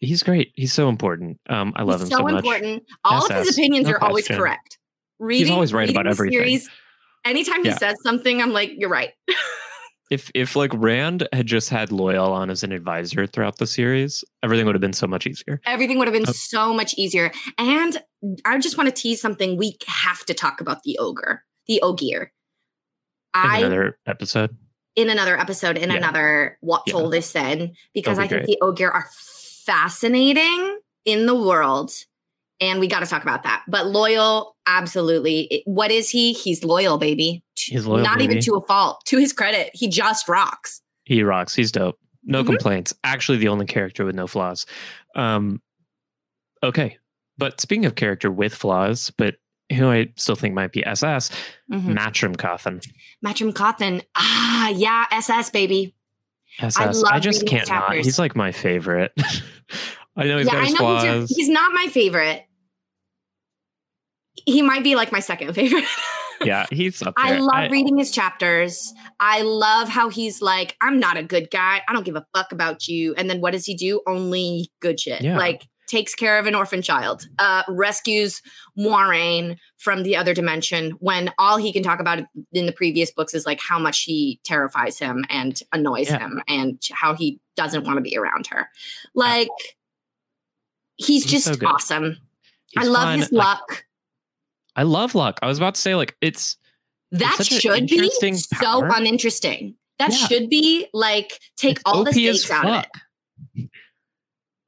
he's great. He's so important. Um, I love
he's
him so,
so,
much.
important. All of
SS,
his opinions
no
are always
question.
correct. Reading,
always right
reading
about
the
everything.
Series, anytime
Yeah.
he says something, I'm like, you're right.
If if like Rand had just had Loyal on as an advisor throughout the series, everything would have been so much easier.
Everything would have been
Oh.
so much easier. And I just want to tease something. We have to talk about the ogre, the ogier.
In
I
another episode.
in another episode in
Yeah.
another what
Yeah.
told us in because
be
I think the Ogier are fascinating in the world. And we got to talk about that. But loyal, absolutely. It- What is he? He's loyal, baby. To-
He's loyal,
Not even
baby.
to a fault. To his credit, he just rocks.
He rocks. He's dope. No
Mhm.
complaints. Actually, the only character with no flaws. Um, okay. But speaking of character with flaws, but who I still think might be SS,
Mm-hmm.
Matrim Coffin.
Matrim Cawthon. Ah, yeah, SS, baby.
SS. I,
love
just
reading
can't
his
not.
chapters.
He's like my favorite. (laughs) I know he's
yeah,
got
I
his
know he's, your-
flaws.
he's not my favorite. He might be like my second favorite.
(laughs) yeah, he's up there.
I love reading his chapters. I love how he's like, I'm not a good guy. I don't give a fuck about you. And then what does he do? Only good shit.
Yeah.
Like takes care of an orphan child, uh, rescues Moraine from the other dimension when all he can talk about in the previous books is like how much he terrifies him and annoys
Yeah.
him and how he doesn't want to be around her. Like he's,
He's
just
so good.
awesome. I
He's
love
fun.
his
Like,
luck.
I love luck. I was about to say, like, it's
that
such an
should be
interesting
so
power.
uninteresting. That
Yeah.
should be like take
it's
all the
OP as
stakes out of it.
fuck.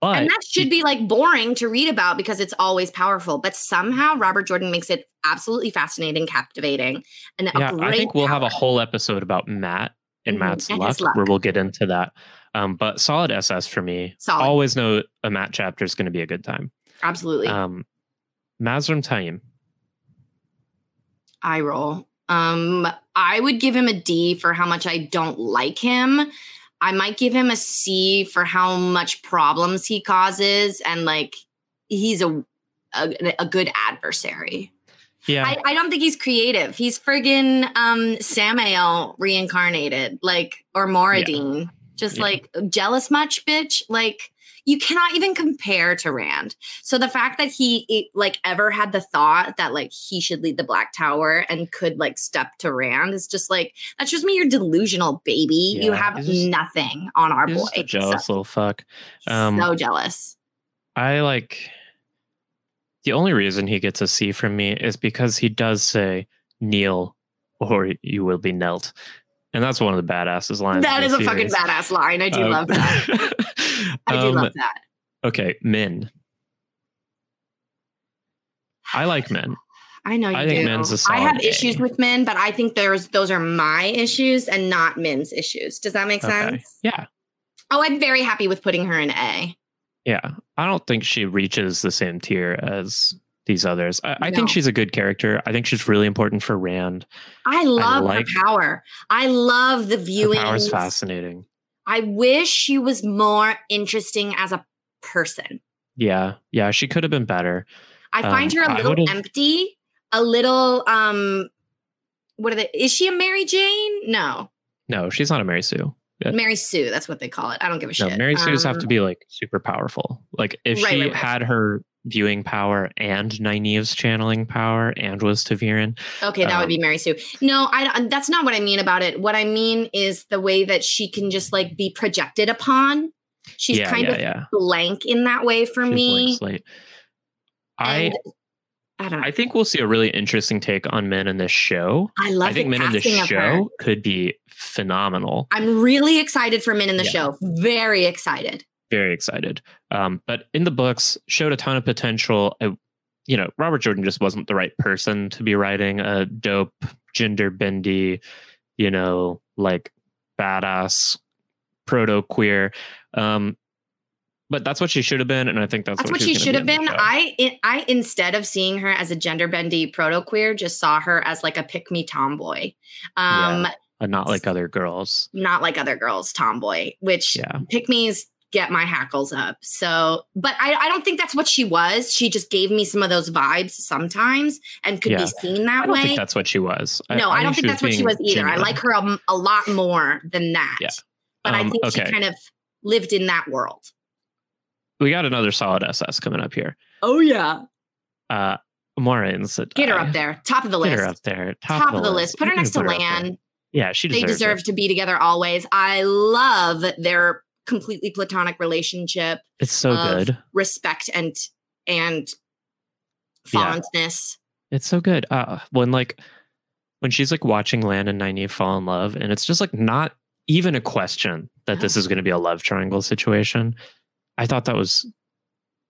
But
And that should be like boring to read about because it's always powerful. But somehow Robert Jordan makes it absolutely fascinating, captivating, and a
yeah,
great
I think we'll have a
power.
whole episode about Matt and
Mhm,
Matt's
and
luck,
his
where
luck.
we'll get into that. Um, but solid SS for me.
solid.
Always know a Matt chapter is going to be a good time.
absolutely.
Um, Mazrim Taim.
I roll. Um, I would give him a D for how much I don't like him. I might give him a C for how much problems he causes, and like he's a a, a good adversary.
Yeah,
I, I don't think he's creative. He's friggin' um, Samael reincarnated, like or Moradine. Just
Yeah.
like jealous much, bitch. Like you cannot even compare to Rand. So the fact that he it, like ever had the thought that like he should lead the Black Tower and could like step to Rand is just like that shows me you're delusional, baby. you
Yeah,
have
he's just-
nothing on our
He's
boy.
just a jealous
so,
little fuck.
he's
um,
so jealous.
I like the only reason he gets a C from me is because he does say kneel or you will
(laughs)
be knelt. And that's one of the Um, badasses lines.
That is a fucking badass line. I do love that.
(laughs)
I
um,
do love that.
Okay, Min. I like Min.
I know you
I think
do.
men's a
I have
solid A.
issues with men, but I think there's those are my issues and not men's issues. Does that make
Okay.
sense?
Yeah.
Oh, I'm very happy with putting her in A.
Yeah. I don't think she reaches the same tier as these others. I, I
No.
think she's a good character. I think she's really important for Rand.
I love
like-
her power. I love the
Her
viewing.
power's fascinating.
I wish she was more interesting as a person.
Yeah. Yeah. She could have been better.
I find
Um,
her
I
a little
would've-
empty, a little um what are they is she a Mary Jane? No.
No, she's not a Mary Sue. Yeah.
Mary Sue, that's what they call it. I don't give a
Uh, No,
shit.
Mary Sue's have
Um,
to be like super powerful. Like if
Right,
she
right, right.
had her viewing power and Nynaeve's channeling power and was Taviran,
Okay, that would
Um,
be Mary Sue. No, I don't, that's not what I mean about it. What I mean is the way that she can just like be projected upon. She's
yeah,
kind
yeah,
of
yeah.
blank in that way for
She's
me.
blank slate. I
and I don't know.
I
I,
think we'll see a really interesting take on men in this show.
love
I think
the
men in this
casting of her.
show could be phenomenal.
I'm really excited for men in the
Yeah.
show. Very excited.
very excited. Um, but in the books, showed a ton of potential. I, you know, Robert Jordan just wasn't the right person to be writing a dope, gender bendy, you know, like badass proto queer. Um, but that's what she should have been, and I think that's,
That's what she
she's
should
gonna
have
be in
been.
the show.
I I instead of seeing her as a gender bendy proto queer, just saw her as like a pick me tomboy. Um,
and not like other girls.
not like other girls tomboy, which
Yeah,
pick me's get my hackles up. So, but I, I don't think that's what she was. She just gave me some of those vibes sometimes and could
Yeah.
be seen
I
that
don't
way.
think that's what she was.
no, I, don't think that's what she was
being
either. I
genuine.
like her a, a lot more than that.
Yeah.
But I
Um,
think
okay,
she kind of lived in that world.
we got another solid SS coming up here.
Oh, yeah.
Uh, Maureen's
Get her up there. Top of the
Put
list.
her up there.
Top, of the list. Put her
You
next to
can put her up there.
Lan.
Yeah, she
They
deserves
deserve
it.
to be together always. I love their completely platonic relationship.
It's so
of-
good.
respect and and
Yeah.
fondness.
It's so good. Uh, when like when she's like watching Lan and Nynaeve fall in love, and it's just like not even a question that
(gasps)
this is going to be a love triangle situation. I thought that was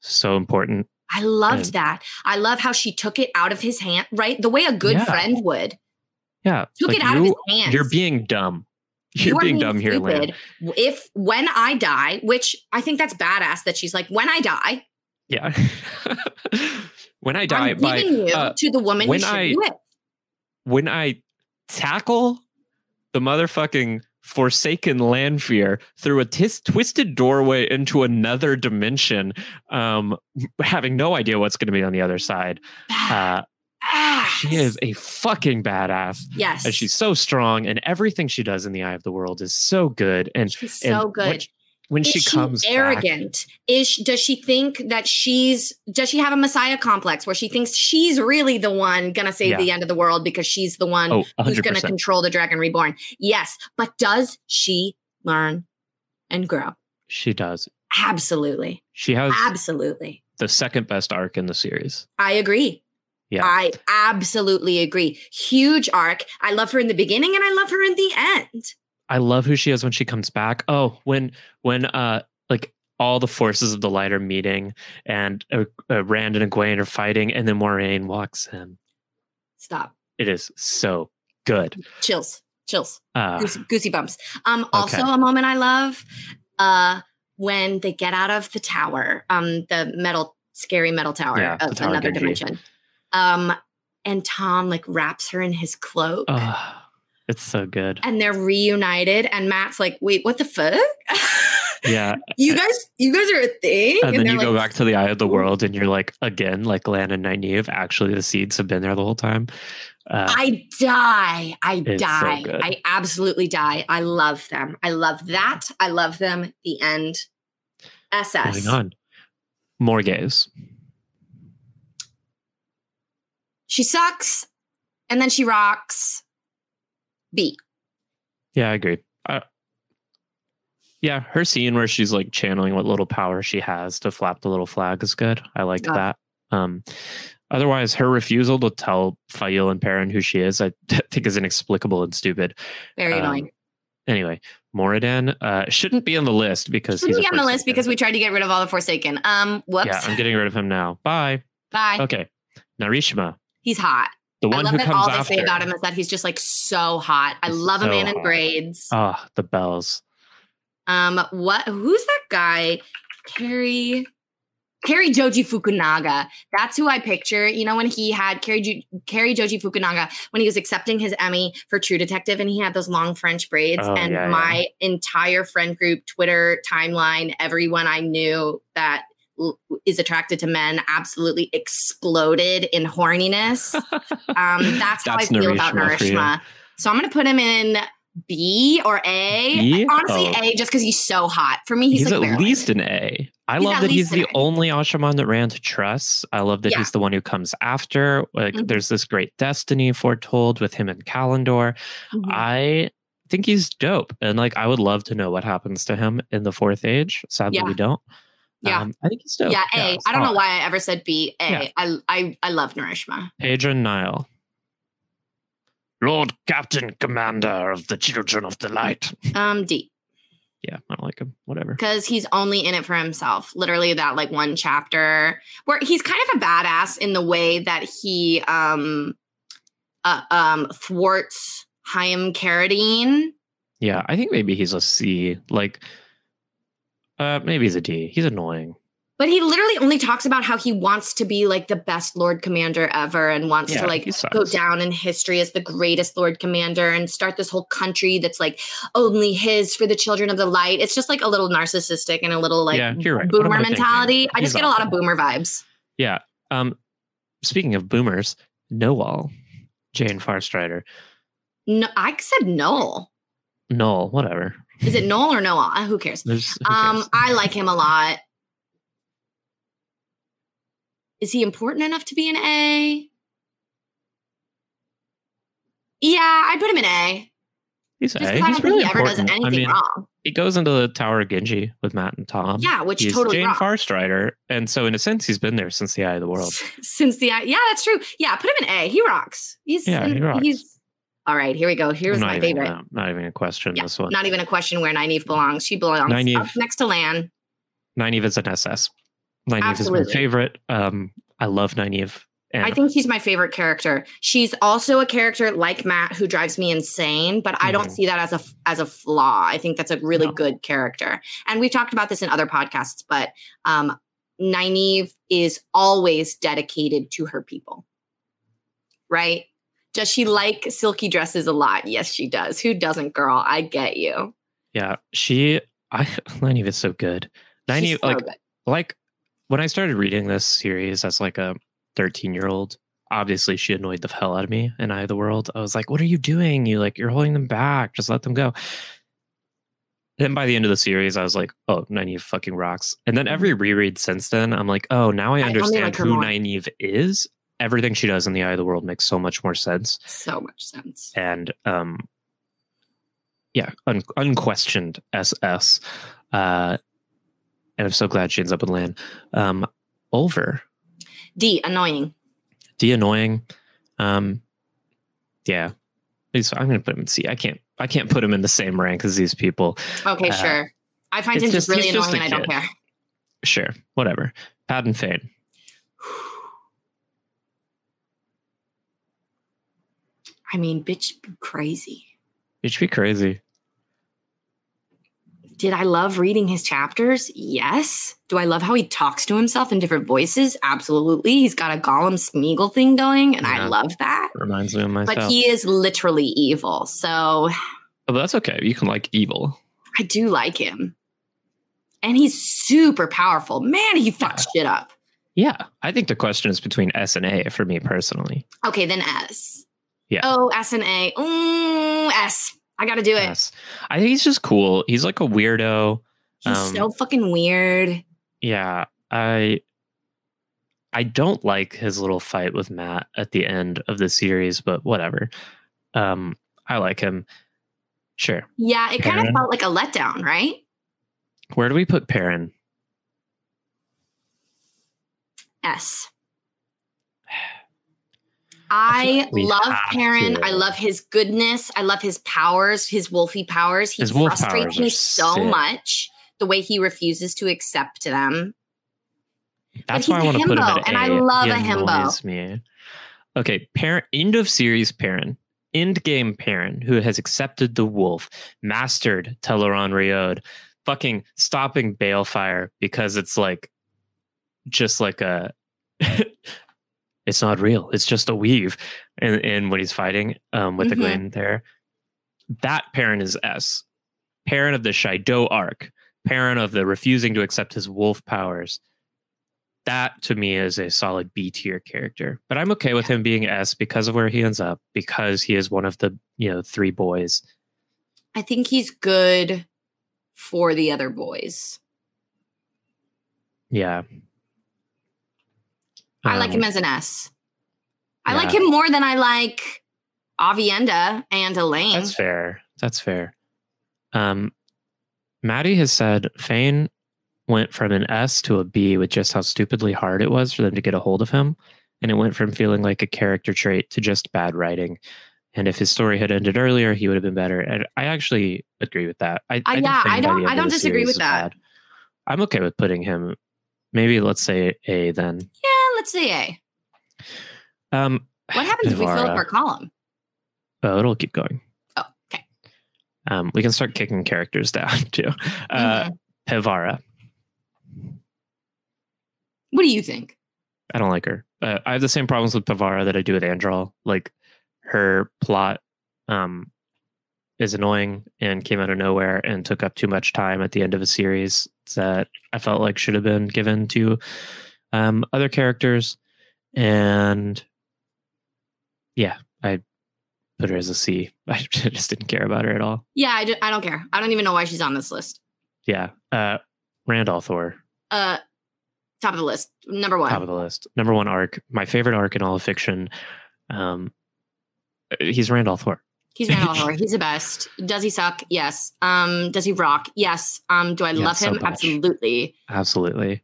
so important.
I loved
And-
that. I love how she took it out of his hand, right? The way a good
Yeah.
friend would.
Yeah,
Took
like
it out
you,
of his hands.
you're being (laughs) dumb.
You
You're
are
being dumb here, Lan.
stupid. If when I die, which I think that's badass that she's like, when I die,
Yeah. (laughs) when I die,
I'm
by
giving you
uh,
to the woman who
when
should
I-
do it.
when I tackle the motherfucking forsaken land fear through a tis- twisted doorway into another dimension, um, (laughs) having no idea what's going to be on the other side. Uh, she is a fucking badass,
Yes.
and she's so strong, and everything she does in the eye of the world is so good. And
she's
and
so
when
good.
she- When
Is
she, comes back-
arrogant is she- does she think that she's does she have a messiah complex where she thinks she's really the one gonna save
Yeah.
the end of the world because she's the one
oh,
who's
100
gonna
percent.
control the dragon reborn yes but does she learn and grow
She does.
absolutely
She has
absolutely
the second best arc in the series.
i agree
Yeah.
i absolutely agree huge arc i love her in the beginning and i love her in the end
I love who she is when she comes back. Oh, when when uh like all the forces of the light are meeting and uh, uh, Rand and Egwene are fighting and then Moraine walks in.
stop
It is so good.
chills chills
Uh,
goosey, goosey bumps. Um, also
Okay.
a moment I love uh, when they get out of the tower, um, the metal, scary metal tower
Yeah, the
of
Tower of
another
Genji.
dimension. Um, and Tom like wraps her in his cloak.
oh, it's so good.
And they're reunited, and Matt's like, "Wait, what the fuck? (laughs)
Yeah,
you guys, you guys are a thing."
and then
they're
you go
like,
back to the Eye
(laughs)
of the World, and you're like, again, like Lan and Nynaeve. Actually, the seeds have been there the whole time. Uh,
I die. I
It's so
die.
good.
I absolutely die. I love them. I love that. I love them. The end.
moving
SS.
on, more gays.
she sucks and then she rocks b
Yeah, I agree. I, yeah, her scene where she's like channeling what little power she has to flap the little flag is good. I liked
Yeah.
that. Um, otherwise, her refusal to tell Fael and Perrin who she is, I (laughs) think, is inexplicable and stupid.
very
Um,
annoying
Anyway, Moradin uh, shouldn't be on the list because
shouldn't
he's
be
a
on the list
Forsaken.
because we tried to get rid of all the forsaken um whoops
yeah, I'm getting rid of him now. Bye.
bye
Okay, Narishma,
he's hot
the
i
one
love
who
that
comes
all they
after.
say about him is that he's just like so hot i
He's
love a
so
man in
hot.
braids
Ah, the bells.
um what who's that guy Kerry Kerry Joji Fukunaga. That's who I picture. You know, when he had Kerry, Ju- Kerry Joji Fukunaga, when he was accepting his Emmy for True Detective and he had those long French braids.
Oh,
and
yeah, yeah.
my entire friend group, Twitter, timeline, everyone I knew that l- is attracted to men absolutely exploded in
(laughs)
horniness. Um, that's, how I
That's
feel about
Narishma for you.
Narishma. So I'm going to put him in B or A.
B?
Honestly,
Oh.
A just because he's so hot. For me, he's,
He's,
like
at
barely.
least an A. I
He's
love
at
that
least
he's
an
the
A.
only Ashaman that Rand trusts. I love that
Yeah.
he's the one who comes after. Like,
Mhm.
there's this great destiny foretold with him and Kalendor.
Mhm.
I think he's dope, and like, I would love to know what happens to him in the Fourth Age. Sadly,
Yeah.
we don't.
Yeah.
um, I think he's dope.
yeah, A. I don't know
solid.
why I ever said B. A. I
Yeah.
I I love Nourishma.
Adrian Nile. Lord Captain Commander of the Children of the Light.
Um, D.
Yeah, I don't like him. Whatever.
because he's only in it for himself. Literally, that like one chapter where he's kind of a badass in the way that he um uh, um thwarts Chaim Carradine.
Yeah, I think maybe he's a C. Like, uh, maybe he's a D. He's annoying.
But he literally only talks about how he wants to be like the best Lord Commander ever and wants
Yeah,
to like
he
go
sucks.
down in history as the greatest Lord Commander and start this whole country that's like only his for the children of the light. It's just like a little narcissistic and a little like
yeah, you're right. What am
boomer
I thinking?
mentality. I
He's
just get a lot of
awful.
boomer vibes.
Yeah. Um, speaking of boomers, Noel, Jane Farstrider,
No, I said Noel.
Noel, whatever.
Is it Noel or Noah? Uh, Who cares?
There's who
Um,
cares?
I like him a lot. Is he important enough to be an A? Yeah, I'd put him in A.
he's
Just
a.
'cause I
He's
don't think
really
he ever does
important.
anything
I mean, um,
wrong.
he goes into the Tower of Genji with Matt and Tom.
Yeah, which
he's
totally
Jane
wrong.
Farstrider, and so in a sense, he's been there since the Eye of the World.
(laughs) Since the yeah, that's true. Yeah, put him in A. He rocks. He's
Yeah, he
in-
rocks.
he's all right. Here we go. Here's
not
my
even,
favorite.
no, not even a question.
Yeah,
this one.
Not even a question where Nynaeve belongs. She belongs up
Nynaeve.
next to Lan.
Nynaeve is an SS. Nynaeve is
Absolutely.
my favorite. Um, I love Nynaeve. And
I think she's my favorite character. She's also a character like Matt who drives me insane, but I don't
Mhm.
see that as a f- as a flaw. I think that's a really
No.
good character. And we've talked about this in other podcasts, but um Nynaeve is always dedicated to her people. Right? Does she like silky dresses a lot? Yes, she does. Who doesn't, girl? I get you.
yeah, she. I (laughs) Nynaeve is so good.
She's
Nynaeve,
so
like
good.
like when I started reading this series as like a 13 year old, obviously she annoyed the hell out of me and I the world. I was like, what are you doing? You like you're holding them back. Just let them go. Then by the end of the series, I was like, oh, Nynaeve fucking rocks. And then every reread since then, I'm like, oh, now I
I only
understand
like her
who
more.
Nynaeve is. Everything she does in the eye of the world makes so much more sense.
so much sense.
And um yeah, un- unquestioned SS. Uh and I'm so glad she ends up with Lan. Um, Olver,
D annoying.
D annoying. Um, yeah, He's- I'm gonna put him in C. I can't. I can't put him in the same rank as these people.
Okay,
Uh,
sure. I find
it's
him just,
just-
really
he's just
annoying
a
and I don't
kid.
care.
Sure, whatever. Pad and Fane.
(sighs) I mean, bitch, be crazy.
It should be crazy.
Did I love reading his chapters? Yes. Do I love how he talks to himself in different voices? Absolutely. He's got a Gollum Smeagol thing going, and I
Yeah.
love that.
Reminds me of myself.
But he is literally evil. So
oh, that's okay. You can like evil.
I do like him. And he's super powerful. Man, he fucks shit up.
Yeah, I think the question is between S and A for me personally.
Okay, then S.
Yeah.
Oh, S and A. Ooh, S. I got to do it.
Yes, I think he's just cool. He's like a weirdo.
He's
Um,
so fucking weird.
Yeah, I I don't like his little fight with Matt at the end of the series, but whatever. Um I like him. Sure.
Yeah, it kind of
Perrin.
felt like a letdown, right?
Where do we put Perrin?
S.
I
I
think we
love
have
Perrin. I
to.
love his goodness. I love his powers, his wolfy powers. He
His wolf
frustrates
powers
me
are
so
sick.
much the way he refuses to accept them.
That's
he's
why I
a
want to put him
himbo,
at
and I
A.
love
He
a himbo.
annoys Me. Okay, Perrin end of series Perrin. End game Perrin, who has accepted the wolf, mastered Teleron Riode, fucking stopping Balefire because it's like just like a (laughs) it's not real. It's just a weave. And and when he's fighting um with
Mhm.
the Glen there. That Perrin is S. Parent of the Shido arc, parent of the refusing to accept his wolf powers. That to me is a solid B tier character. But I'm okay with him being S because of where he ends up, because he is one of the, you know, three boys.
I think he's good for the other boys.
Yeah.
I like
Um,
him as an S. I like
yeah.
him more than I like Avienda and Elaine.
That's fair. That's fair. Um, Maddie has said Fane went from an S to a B with just how stupidly hard it was for them to get a hold of him. And it went from feeling like a character trait to just bad writing. And if his story had ended earlier, he would have been better. And I actually agree with that. I, think
yeah,
Fane
I
by
don't-
the end
I
of
don't
the
disagree
series
with
is
that.
bad. I'm okay with putting him maybe let's say A then.
Yeah, let's see A.
Um
What happens if we fill
Vivara.
up our column?
Oh, it'll keep going.
Oh, okay.
Um, we can start kicking characters (laughs) down too. Uh,
Mhm.
Pevara.
What do you think?
I don't like her. Uh, I have the same problems with Pevara that I do with Andral. Like her plot um, is annoying and came out of nowhere and took up too much time at the end of a series that I felt like should have been given to um, other characters. And yeah, I put her as a C. (laughs) I just didn't care about her at all.
Yeah, I, ju- I don't care. I don't even know why she's on this list.
Yeah. Uh, Randall Thor.
Uh, top of the list, number one.
top of the list. Number one arc, my favorite arc in all of fiction. Um, he's Randall Thor.
He's Randall Howard. He's the best. Does he suck? Yes. Um, does he rock? Yes. Um, do I
Yeah,
love
so
him?
much.
Absolutely.
Absolutely,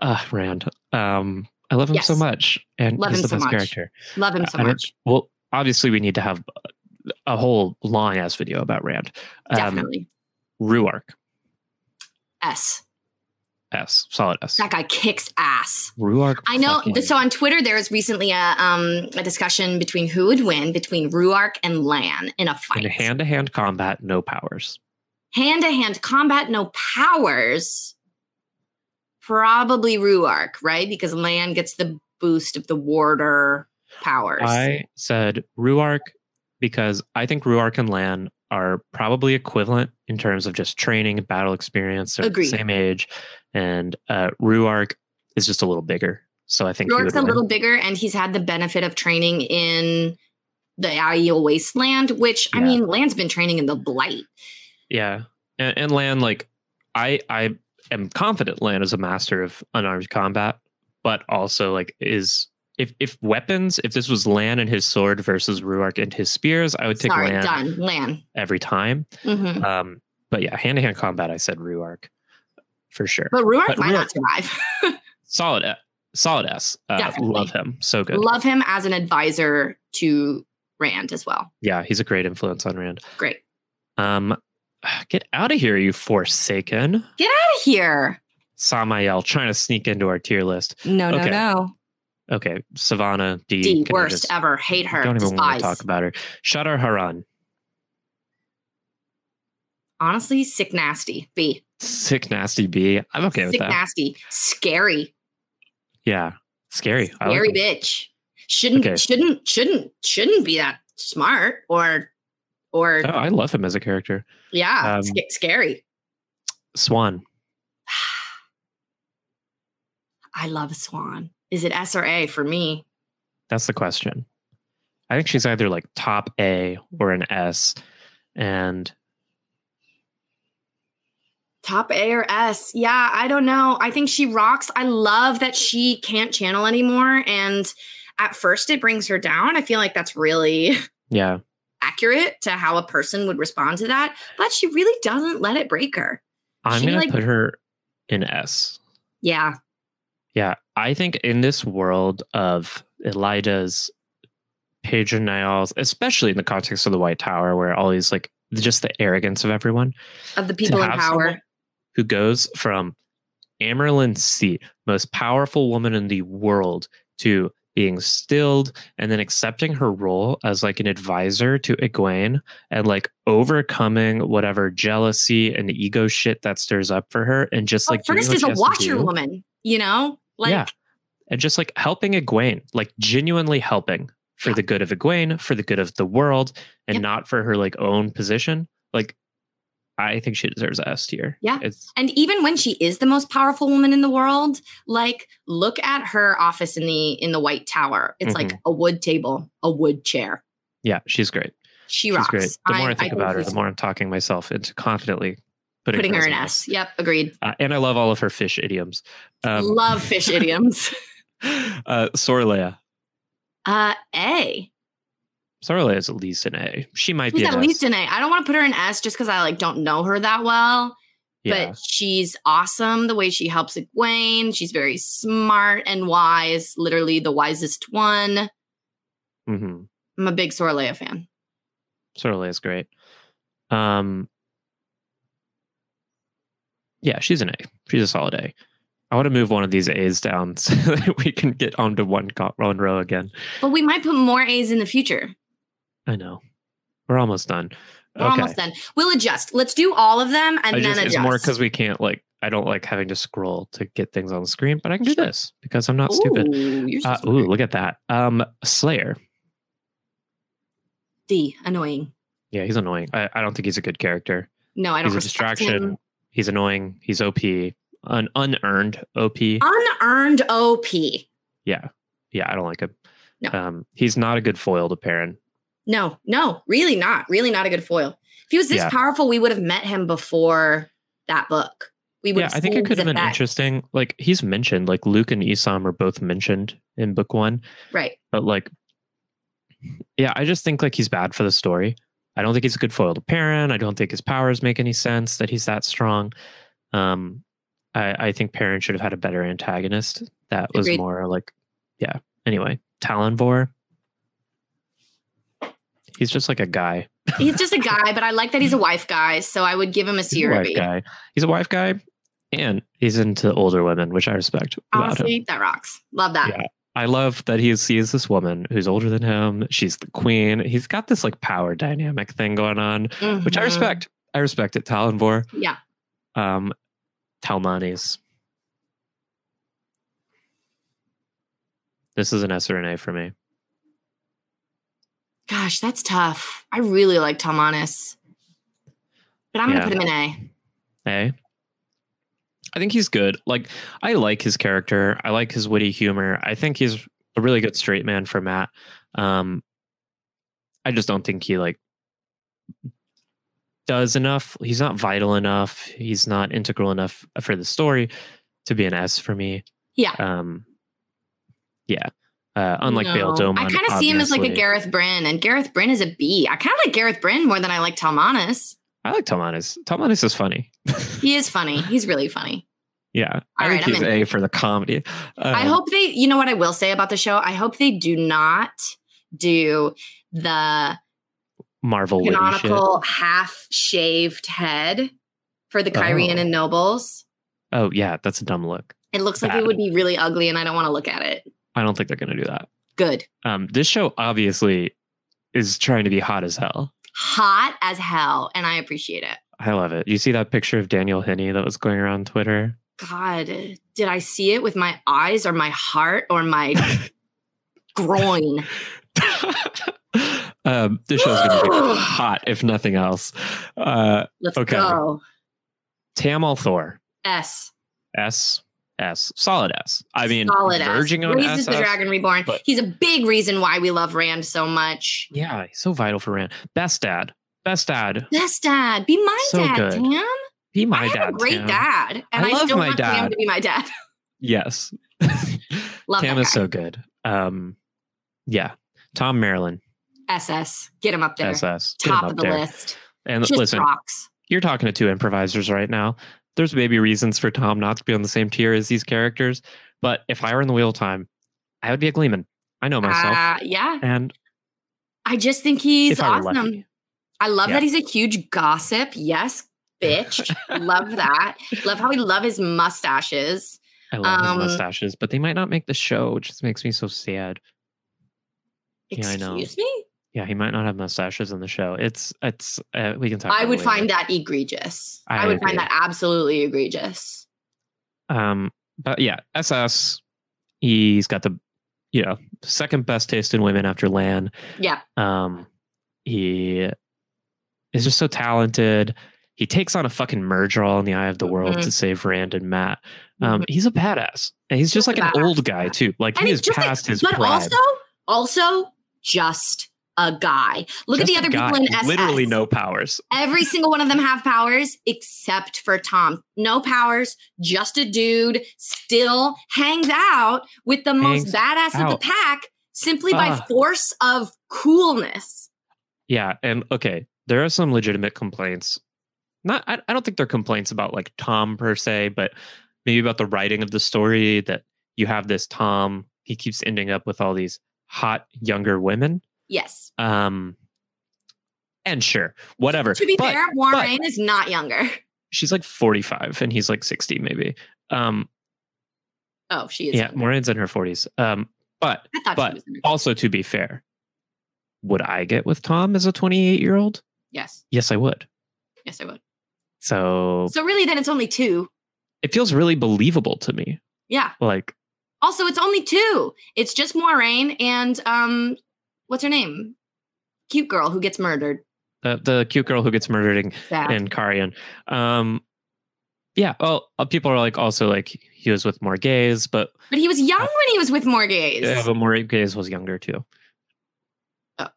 uh, Rand. Um, I love him so
Yes.
much, and
Love
he's
him
the
so
best
much.
character.
Love him so
I don't-
much.
Well, obviously, we need to have a whole long ass video about Rand. Um,
Definitely.
Ruark
S.
S, solid S.
That guy kicks ass.
Ruark.
I know.
fucking-
So on Twitter, there was recently a um a discussion between who would win between Ruark and Lan in a
in
fight.
hand to hand combat, no powers.
Hand to hand combat, no powers. Probably Ruark, right? Because Lan gets the boost of the warder powers.
I said Ruark because I think Ruark and Lan are probably equivalent in terms of just training, and battle experience. They're the
Agreed.
same age, and uh, Ruark is just a little bigger. So I think he
Ruark's
would
a
win.
little bigger, and he's had the benefit of training in the Aiel Wasteland, which I
Yeah.
mean, Lan's been training in the Blight.
yeah, and, and Lan like I I am confident Lan is a master of unarmed combat, but also like is. If, if weapons, if this was Lan and his sword versus Ruark and his spears, I would take
Sorry,
Lan
done. Lan.
every time.
Mhm.
Um, but yeah, hand to hand combat, I said Ruark for sure.
But Ruark
But
might
Ruark-
not survive. (laughs)
solid, uh, solid S. Uh,
Definitely.
love him. So good.
Love him as an advisor to Rand as well.
yeah, he's a great influence on Rand.
Great.
Um, (sighs) get out of here, you forsaken.
Out of here.
Samael trying to sneak into our tier list.
No,
Okay.
no.
Okay, Savannah D.
D,
can I
worst
just-
ever. Hate her.
Don't even want
Despise.
to talk about her. Shadar Haran,
Honestly, sick nasty. B.
sick nasty B. I'm okay with
sick
that.
nasty. Scary.
yeah, scary. I like
Scary
him.
bitch. Shouldn't
Okay.
shouldn't shouldn't shouldn't be that smart or or
Oh, I love him as a character.
yeah,
um,
sca- scary.
Swan,
I love Swan. Is it S or A for me?
That's the question. I think she's either like top A or an S. And
Top A or S. Yeah, I don't know. I think she rocks. I love that she can't channel anymore. And at first, it brings her down. I feel like that's really (laughs)
yeah,
accurate to how a person would respond to that. But she really doesn't let it break her.
I'm
She,
going
like-
to put her in S.
Yeah.
Yeah, I think in this world of Elida's Paige and Niall's, especially in the context of the White Tower, where all these like just the arrogance of everyone
Of the
to
people in
have
power.
someone who goes from Amaryllis seat, most powerful woman in the world, to being stilled and then accepting her role as like an advisor to Egwene and like overcoming whatever jealousy and ego shit that stirs up for her and just
Well,
like doing
first
what
is
she
a
has to do.
washerwoman, you know? Like,
Yeah. and just like helping Egwene, like genuinely helping for
Yeah.
the good of Egwene, for the good of the world, and
Yep.
not for her like own position. Like, I think she deserves a S tier.
Yeah.
it's
And even when she is the most powerful woman in the world, like look at her
Mm-hmm.
office in the in the White Tower. It's like a wood table, a wood chair.
yeah, she's great.
She
She's
rocks.
great. The more I, think
think
about her,
she's
the more I'm talking myself into confidently putting,
putting her in
as
S. Yep, agreed.
Uh, and I love all of her fish idioms. Um, (laughs)
Love fish idioms.
(gasps) uh, Soralea.
Uh, A.
Soralea is at least an A. She might
She's
be
at
an
least
S.
an A. I don't want to put her in S just because I like don't know her that well.
yeah.
But she's awesome. The way she helps Egwene, she's very smart and wise. Literally the wisest one.
hmm
I'm a big Soralea fan.
Soralea is great. Um, yeah, she's an A. She's a solid A. I want to move one of these A's down (laughs) so that we can get onto one, co- one row again.
But we might put more A's in the future.
I know. We're almost done.
We're almost done. We'll adjust. Let's do all of them and
I
then
just,
adjust.
it's more because we can't like I don't like having to scroll to get things on the screen, but I can do this because I'm not stupid.
Ooh, you're so
Uh,
smart.
ooh, look at that. Um, Slayer.
D. Annoying.
Yeah, he's annoying. I, I don't think he's a good character.
No, I don't.
He's a
respect
distraction.
him.
He's annoying. He's OP. An unearned OP.
Unearned OP.
yeah, yeah. I don't like him.
No.
Um, he's not a good foil to Perrin.
No, no, really not. Really not a good foil. If he was this
Yeah.
powerful, we would have met him before that book. We would.
Yeah,
have
I think
seen
it could
his
have been
effect.
interesting. Like he's mentioned. Like Luke and Isam are both mentioned in book one.
Right.
but like yeah i just think like he's bad for the story i don't think he's a good foil to perrin i don't think his powers make any sense that he's that strong um i i think perrin should have had a better antagonist that was
Agreed.
more like yeah anyway talonvor he's just like a guy
He's just a guy, but I like that he's a wife guy, so I would give him a C
he's a
or a
wife
B.
guy he's a wife guy and he's into older women which i respect about him.
Honestly, that rocks. Love that.
Yeah. I love that he sees this woman who's older than him. She's the queen. He's got this like power dynamic thing going on, which I
Mhm.
respect. I respect it. Talonvor,
Yeah.
um, Talmanis. This is an S or an A for me.
Gosh, that's tough. I really like Tomanis, but I'm
Yeah.
gonna put him in A.
A. Eh? I think he's good. Like I like his character. I like his witty humor. I think he's a really good straight man for Matt. Um I just don't think he like does enough. He's not vital enough. He's not integral enough for the story to be an S for me.
Yeah.
Um yeah. Uh unlike Bale
No.
Doman.
I kind of see him as like a
obviously.
Gareth Bryn, and Gareth Bryn is a B. I kind of like Gareth Bryn more than I like Talmanis.
I like Tomanis. Tomanis is funny. (laughs)
He is funny. He's really funny.
Yeah. I
All right,
think
I'm
he's
in.
A for the comedy.
I
Um,
hope they, you know what I will say about the show? I hope they do not do the
Marvel witty shit.
canonical half shaved head for the Kyrian
Oh.
and Nobles.
Oh yeah, that's a dumb look.
It looks like
Bad.
it would be really ugly and I don't want to look at it.
I don't think they're gonna do that.
Good.
Um, this show obviously is trying to be hot as hell.
Hot as hell. And I appreciate it.
I love it. You see that picture of Daniel Henney that was going around Twitter?
God, did I see it with my eyes or my heart or
(laughs)
my groin?
um, this show's gonna be hot if nothing else. Uh,
Let's
Okay.
go.
Tamal Thor,
S.
S S, solid S. I mean,
solid S.
verging on
Raises
S.
the Dragon Reborn.
but-
He's a big reason why we love Rand so much.
Yeah, he's so vital for Rand. Best dad, best dad.
Yes, Dad. Be my
So
dad,
good.
Tam.
Be my
I have
dad.
a great
Tam.
dad, and
I
I,
love
still
my
want Tam
dad.
to be my dad. (laughs)
Yes. (laughs)
Love
Tam
that
is
guy.
so good. Um, yeah. Tom Maryland,
SS, get him up there,
SS. Get him
top
up
of the
there.
list.
And
Just
listen,
rocks.
you're talking to two improvisers right now. There's maybe reasons for Tom not to be on the same tier as these characters, but if I were in the wheel of time, I would be a gleeman. I know myself,
Uh, yeah,
and
I just think he's
if I were
awesome.
lucky,
I love
Yeah.
that he's a huge gossip. Yes,
(laughs)
bitch. love that. Love how we love his mustaches.
I love
Um,
his mustaches. But they might not make the show, which just makes me so sad. Yeah, I
Excuse
know.
me.
Yeah, he might not have mustaches in the show. It's it's uh, we can talk.
I
about it
would
later.
find that egregious.
I
I, would
agree.
find that absolutely egregious.
Um, but yeah, SS. He's got the, you know, second best taste in women after Lan.
Yeah.
Um, he is just so talented. He takes on a fucking murder all in the eye of the world
Mhm.
to save Rand and Matt. Um, he's a badass, and he's just
He's
like
a
an
Mm-hmm. badass.
old guy too. Like
and
he
he's
is
just like-
past his
but
prime.
also also just a guy. Look
Just
at the other
a guy.
people in SS.
Literally no powers.
Every single one of them have powers except for Tom. No powers, just a dude, still hangs out with the most badass of
out.
the pack simply by
Ah.
force of coolness.
Yeah, and okay, there are some legitimate complaints. Not, I, I don't think they're complaints about like Tom per se, but maybe about the writing of the story that you have this Tom. He keeps ending up with all these hot younger women.
Yes.
Um, and sure, whatever.
To be
But
fair, Warren
but-
Rain is not younger. (laughs)
she's like forty-five, and he's like sixty, maybe. Um,
Oh, she is.
yeah,
younger.
Maureen's in her forties. Um, but
I thought
but
she was younger.
also to be fair, would I get with Tom as a twenty-eight-year-old?
Yes.
Yes, I would.
Yes, I would.
So
So really then it's only two.
it feels really believable to me.
Yeah.
Like,
Also, it's only two. It's just Moraine and um what's her name? Cute girl who gets murdered.
the the cute girl who gets murdered in,
Sad.
in Carrion. Um, yeah. Well, uh, people are like also like he was with more gays, but
But he was young when he was with Morgaze.
uh, yeah, but more gays was younger too.
Oh.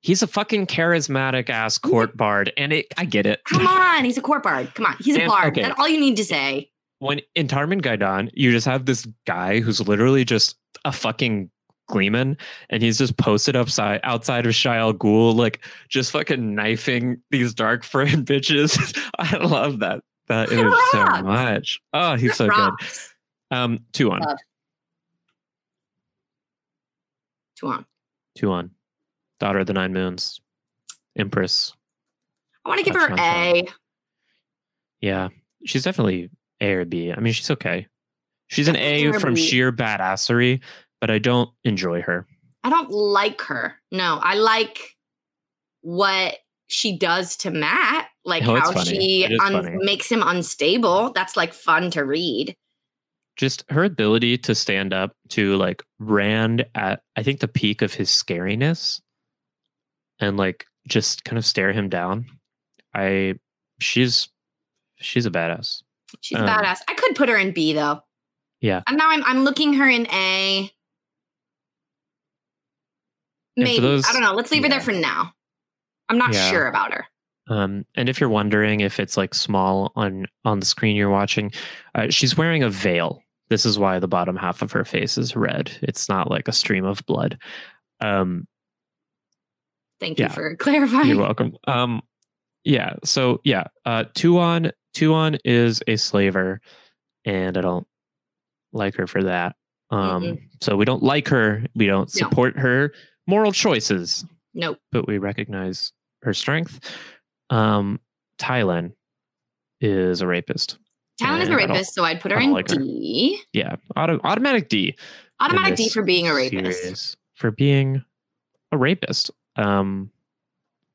He's a fucking charismatic ass court bard, and it I get it.
Come on, he's a court bard. Come on, he's a
And-
bard.
okay.
That's all you need to say.
when in Tarman Gaidan, you just have this guy who's literally just a fucking gleeman, and he's just posted upside outside of Shial Ghul, like just fucking knifing these dark (laughs) frame bitches. (laughs) I love that that
That
image
rocks.
so much. Oh, he's so good.
Rocks.
Um, two on,
Uh, Tuan.
two on, daughter of the nine moons, Empress.
I want to give her
That's my
a.
Yeah, she's definitely A or B. I mean, she's okay. She's an
Definitely
A
A or
from
B.
sheer badassery, but I don't enjoy her.
I don't like her. No, I like what she does to Matt. Like
Oh, it's
how
funny.
she
It is funny.
un- makes him unstable. That's like fun to read.
just her ability to stand up to like Rand at I think the peak of his scariness and like just kind of stare him down. I she's she's a badass.
She's
Um,
a badass. I could put her in B though.
Yeah.
And now I'm I'm looking her in A.
And for
Maybe
those-
I don't know. Let's leave her there
yeah.
for now. I'm not
Yeah.
sure about her.
Um and if you're wondering if it's like small on on the screen you're watching, uh, she's wearing a veil. This is why the bottom half of her face is red. It's not like a stream of blood. Um
Thank
Yeah.
you for clarifying.
You're welcome. Um, yeah. So yeah, uh, Tuon Tuon is a slaver, and I don't like her for that. Um, so we don't like her. We don't
No.
support her moral choices,
Nope.
but we recognize her strength. Um, Tylen is a rapist.
Talon is
Yeah,
a
I don't-
rapist, so I'd put her
I
in
don't like her.
D.
Yeah, auto- automatic D. in
Automatic D
this
for being a rapist.
series for being a rapist. Um,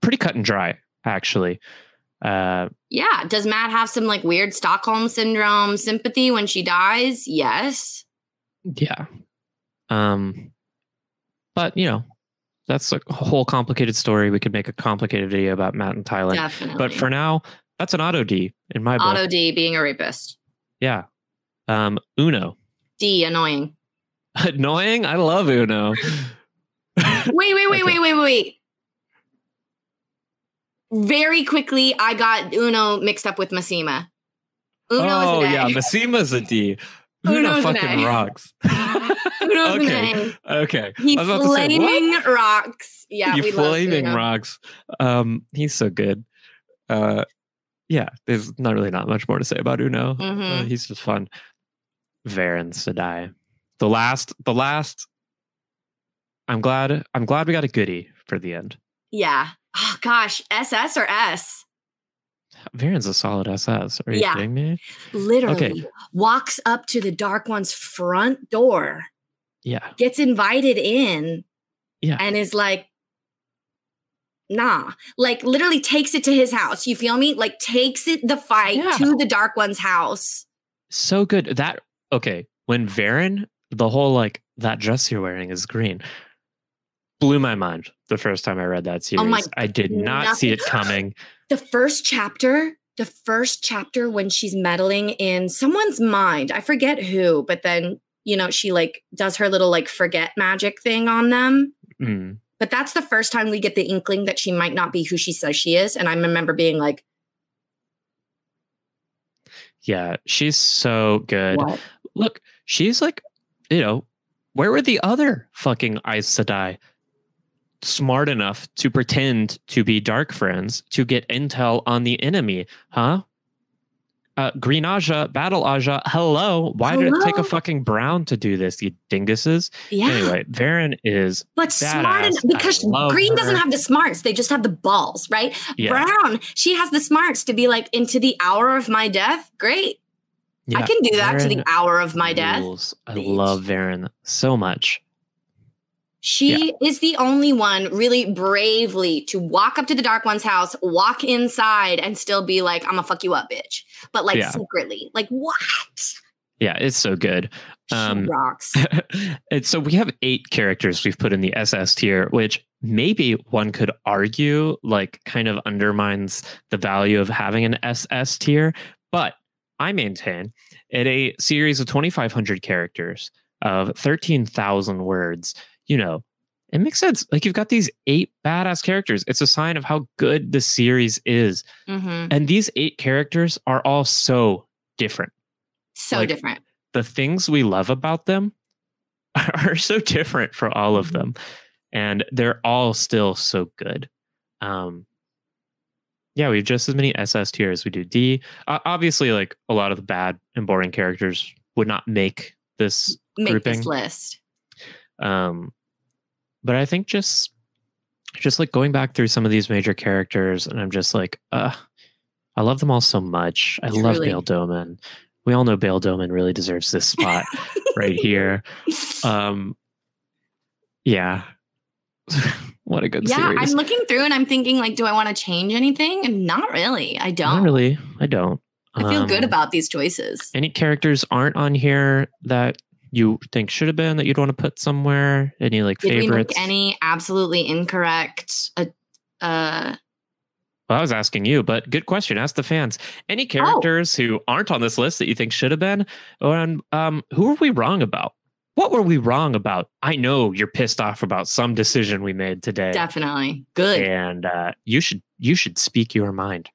pretty cut and dry, actually. Uh,
Yeah. Does Matt have some like weird Stockholm syndrome sympathy when she dies? Yes.
Yeah. Um but you know, that's a whole complicated story. We could make a complicated video about Matt and Thailand.
Definitely.
But for now, that's an auto D in my book.
auto D being a rapist.
Yeah. Um Uno. (laughs)
D annoying.
Annoying? I
(laughs)
love Uno.
Wait, wait, wait, wait,
Okay.
wait, wait. Very quickly, I got Uno mixed up with Massima. Uno
oh
is an A.
yeah, (laughs)
(laughs)
Massima's a D. Uno
Uno's an
fucking
A.
rocks. (laughs)
Uno is
okay.
an
Okay.
A. He
I was about to say, what?
flaming rocks. Yeah,
you
we
flaming
love Uno.
rocks. Um, he's so good. Uh, yeah, there's not really not much more to say about Uno. Uh,
Mhm.
he's just fun. Varen Sedai. The last, the last. I'm glad. I'm glad we got a goodie for the end.
Yeah. Oh gosh, SS or S?
Varen's a solid SS. Are you
Yeah.
kidding me?
Literally walks up to the Dark One's front door,
Yeah,
gets invited in,
Yeah.
and is like, nah, like literally takes it to his house. You feel me? Like takes it the fight
Yeah.
to the Dark One's house.
so good. That okay. When Varen, the whole like that dress you're wearing is green. Blew my mind the first time I read that series.
Oh my-
I did not see it
(laughs)
coming.
the first chapter the first chapter when she's meddling in someone's mind i forget who but then you know she like does her little like forget magic thing on them
Mm.
But that's the first time we get the inkling that she might not be who she says she is. And I remember being like,
Yeah, she's so good.
what?
Look, she's like, you know, where were the other fucking Aes Sedai smart enough to pretend to be dark friends to get intel on the enemy, huh? Uh, Green Aja, Battle Aja, hello. Why did it take a
Hello?
fucking brown to do this, you dinguses?
Yeah.
Anyway, Varen is
but smart
badass.
and
I
because
love
Green doesn't
her.
have the smarts, they just have the balls, right?
yeah,
Brown, she has the smarts to be like, into the hour of my death. Great. I
yeah,
can do that to the
Varen
hour of my death.
rules. I
bitch.
love Varen so much.
She is the only one really bravely to walk up to the Dark One's house, walk inside, and still be like, I'm gonna fuck you up, bitch. But like
Yeah.
secretly, like what?
Yeah, it's so good. Um,
she rocks.
(laughs) and so we have eight characters we've put in the SS tier, which maybe one could argue like kind of undermines the value of having an SS tier. But I maintain at a series of 2,500 characters of 13,000 words, you know, it makes sense. Like you've got these eight badass characters. It's a sign of how good the series is.
hmm
And these eight characters are all so different
So
like-
different.
the things we love about them (laughs) are so different for all of them and they're all still so good um yeah we have just as many ss tier as we do d O- obviously like a lot of the bad and boring characters would not make this
Make
grouping.
this list.
um but i think just just like going back through some of these major characters and i'm just like uh i love them all so much i love
Truly.
Bail doman we all know Bail doman really deserves
(laughs)
this spot right here um yeah (laughs) what a good
yeah,
series
I'm looking through and I'm thinking, like, do I want to change anything? And not really. I don't.
not really i don't
I feel good
Um,
about these choices.
any characters aren't on here that you think should have been that you'd want to put somewhere any like
Did
favorites
we make any absolutely incorrect? Uh, uh,
Well, I was asking you, but good question. Ask the fans. Any characters who aren't on this list that you think should have been, or um, um, who were we wrong about? What were we wrong about? I know you're pissed off about some decision we made today,
definitely good.
and uh, you should you should speak your mind.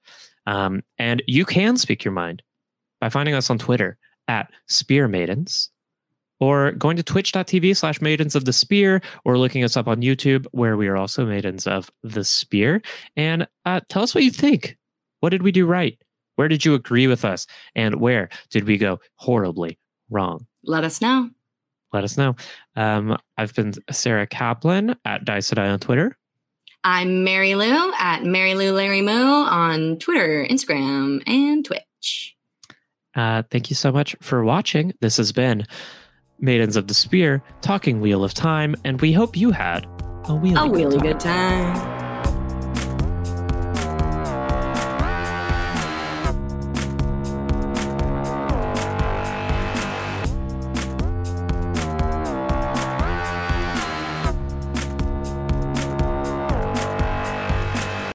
Um, and you can speak your mind by finding us on Twitter at Spear Maidens, or going to twitch.tv slash Maidens of the Spear, or looking us up on YouTube, where we are also Maidens of the Spear. And uh, tell us what you think. What did we do right? Where did you agree with us? And where did we go horribly wrong?
Let us know.
Let us know. Um, I've been Sarah Kaplan at Dicedai on Twitter.
I'm Mary Lou at Mary Lou Larry Moo on Twitter, Instagram, and Twitch.
Uh, thank you so much for watching. This has been Maidens of the Spear, Talking Wheel of Time, and we hope you had a wheel.
A
of
really
time.
good time.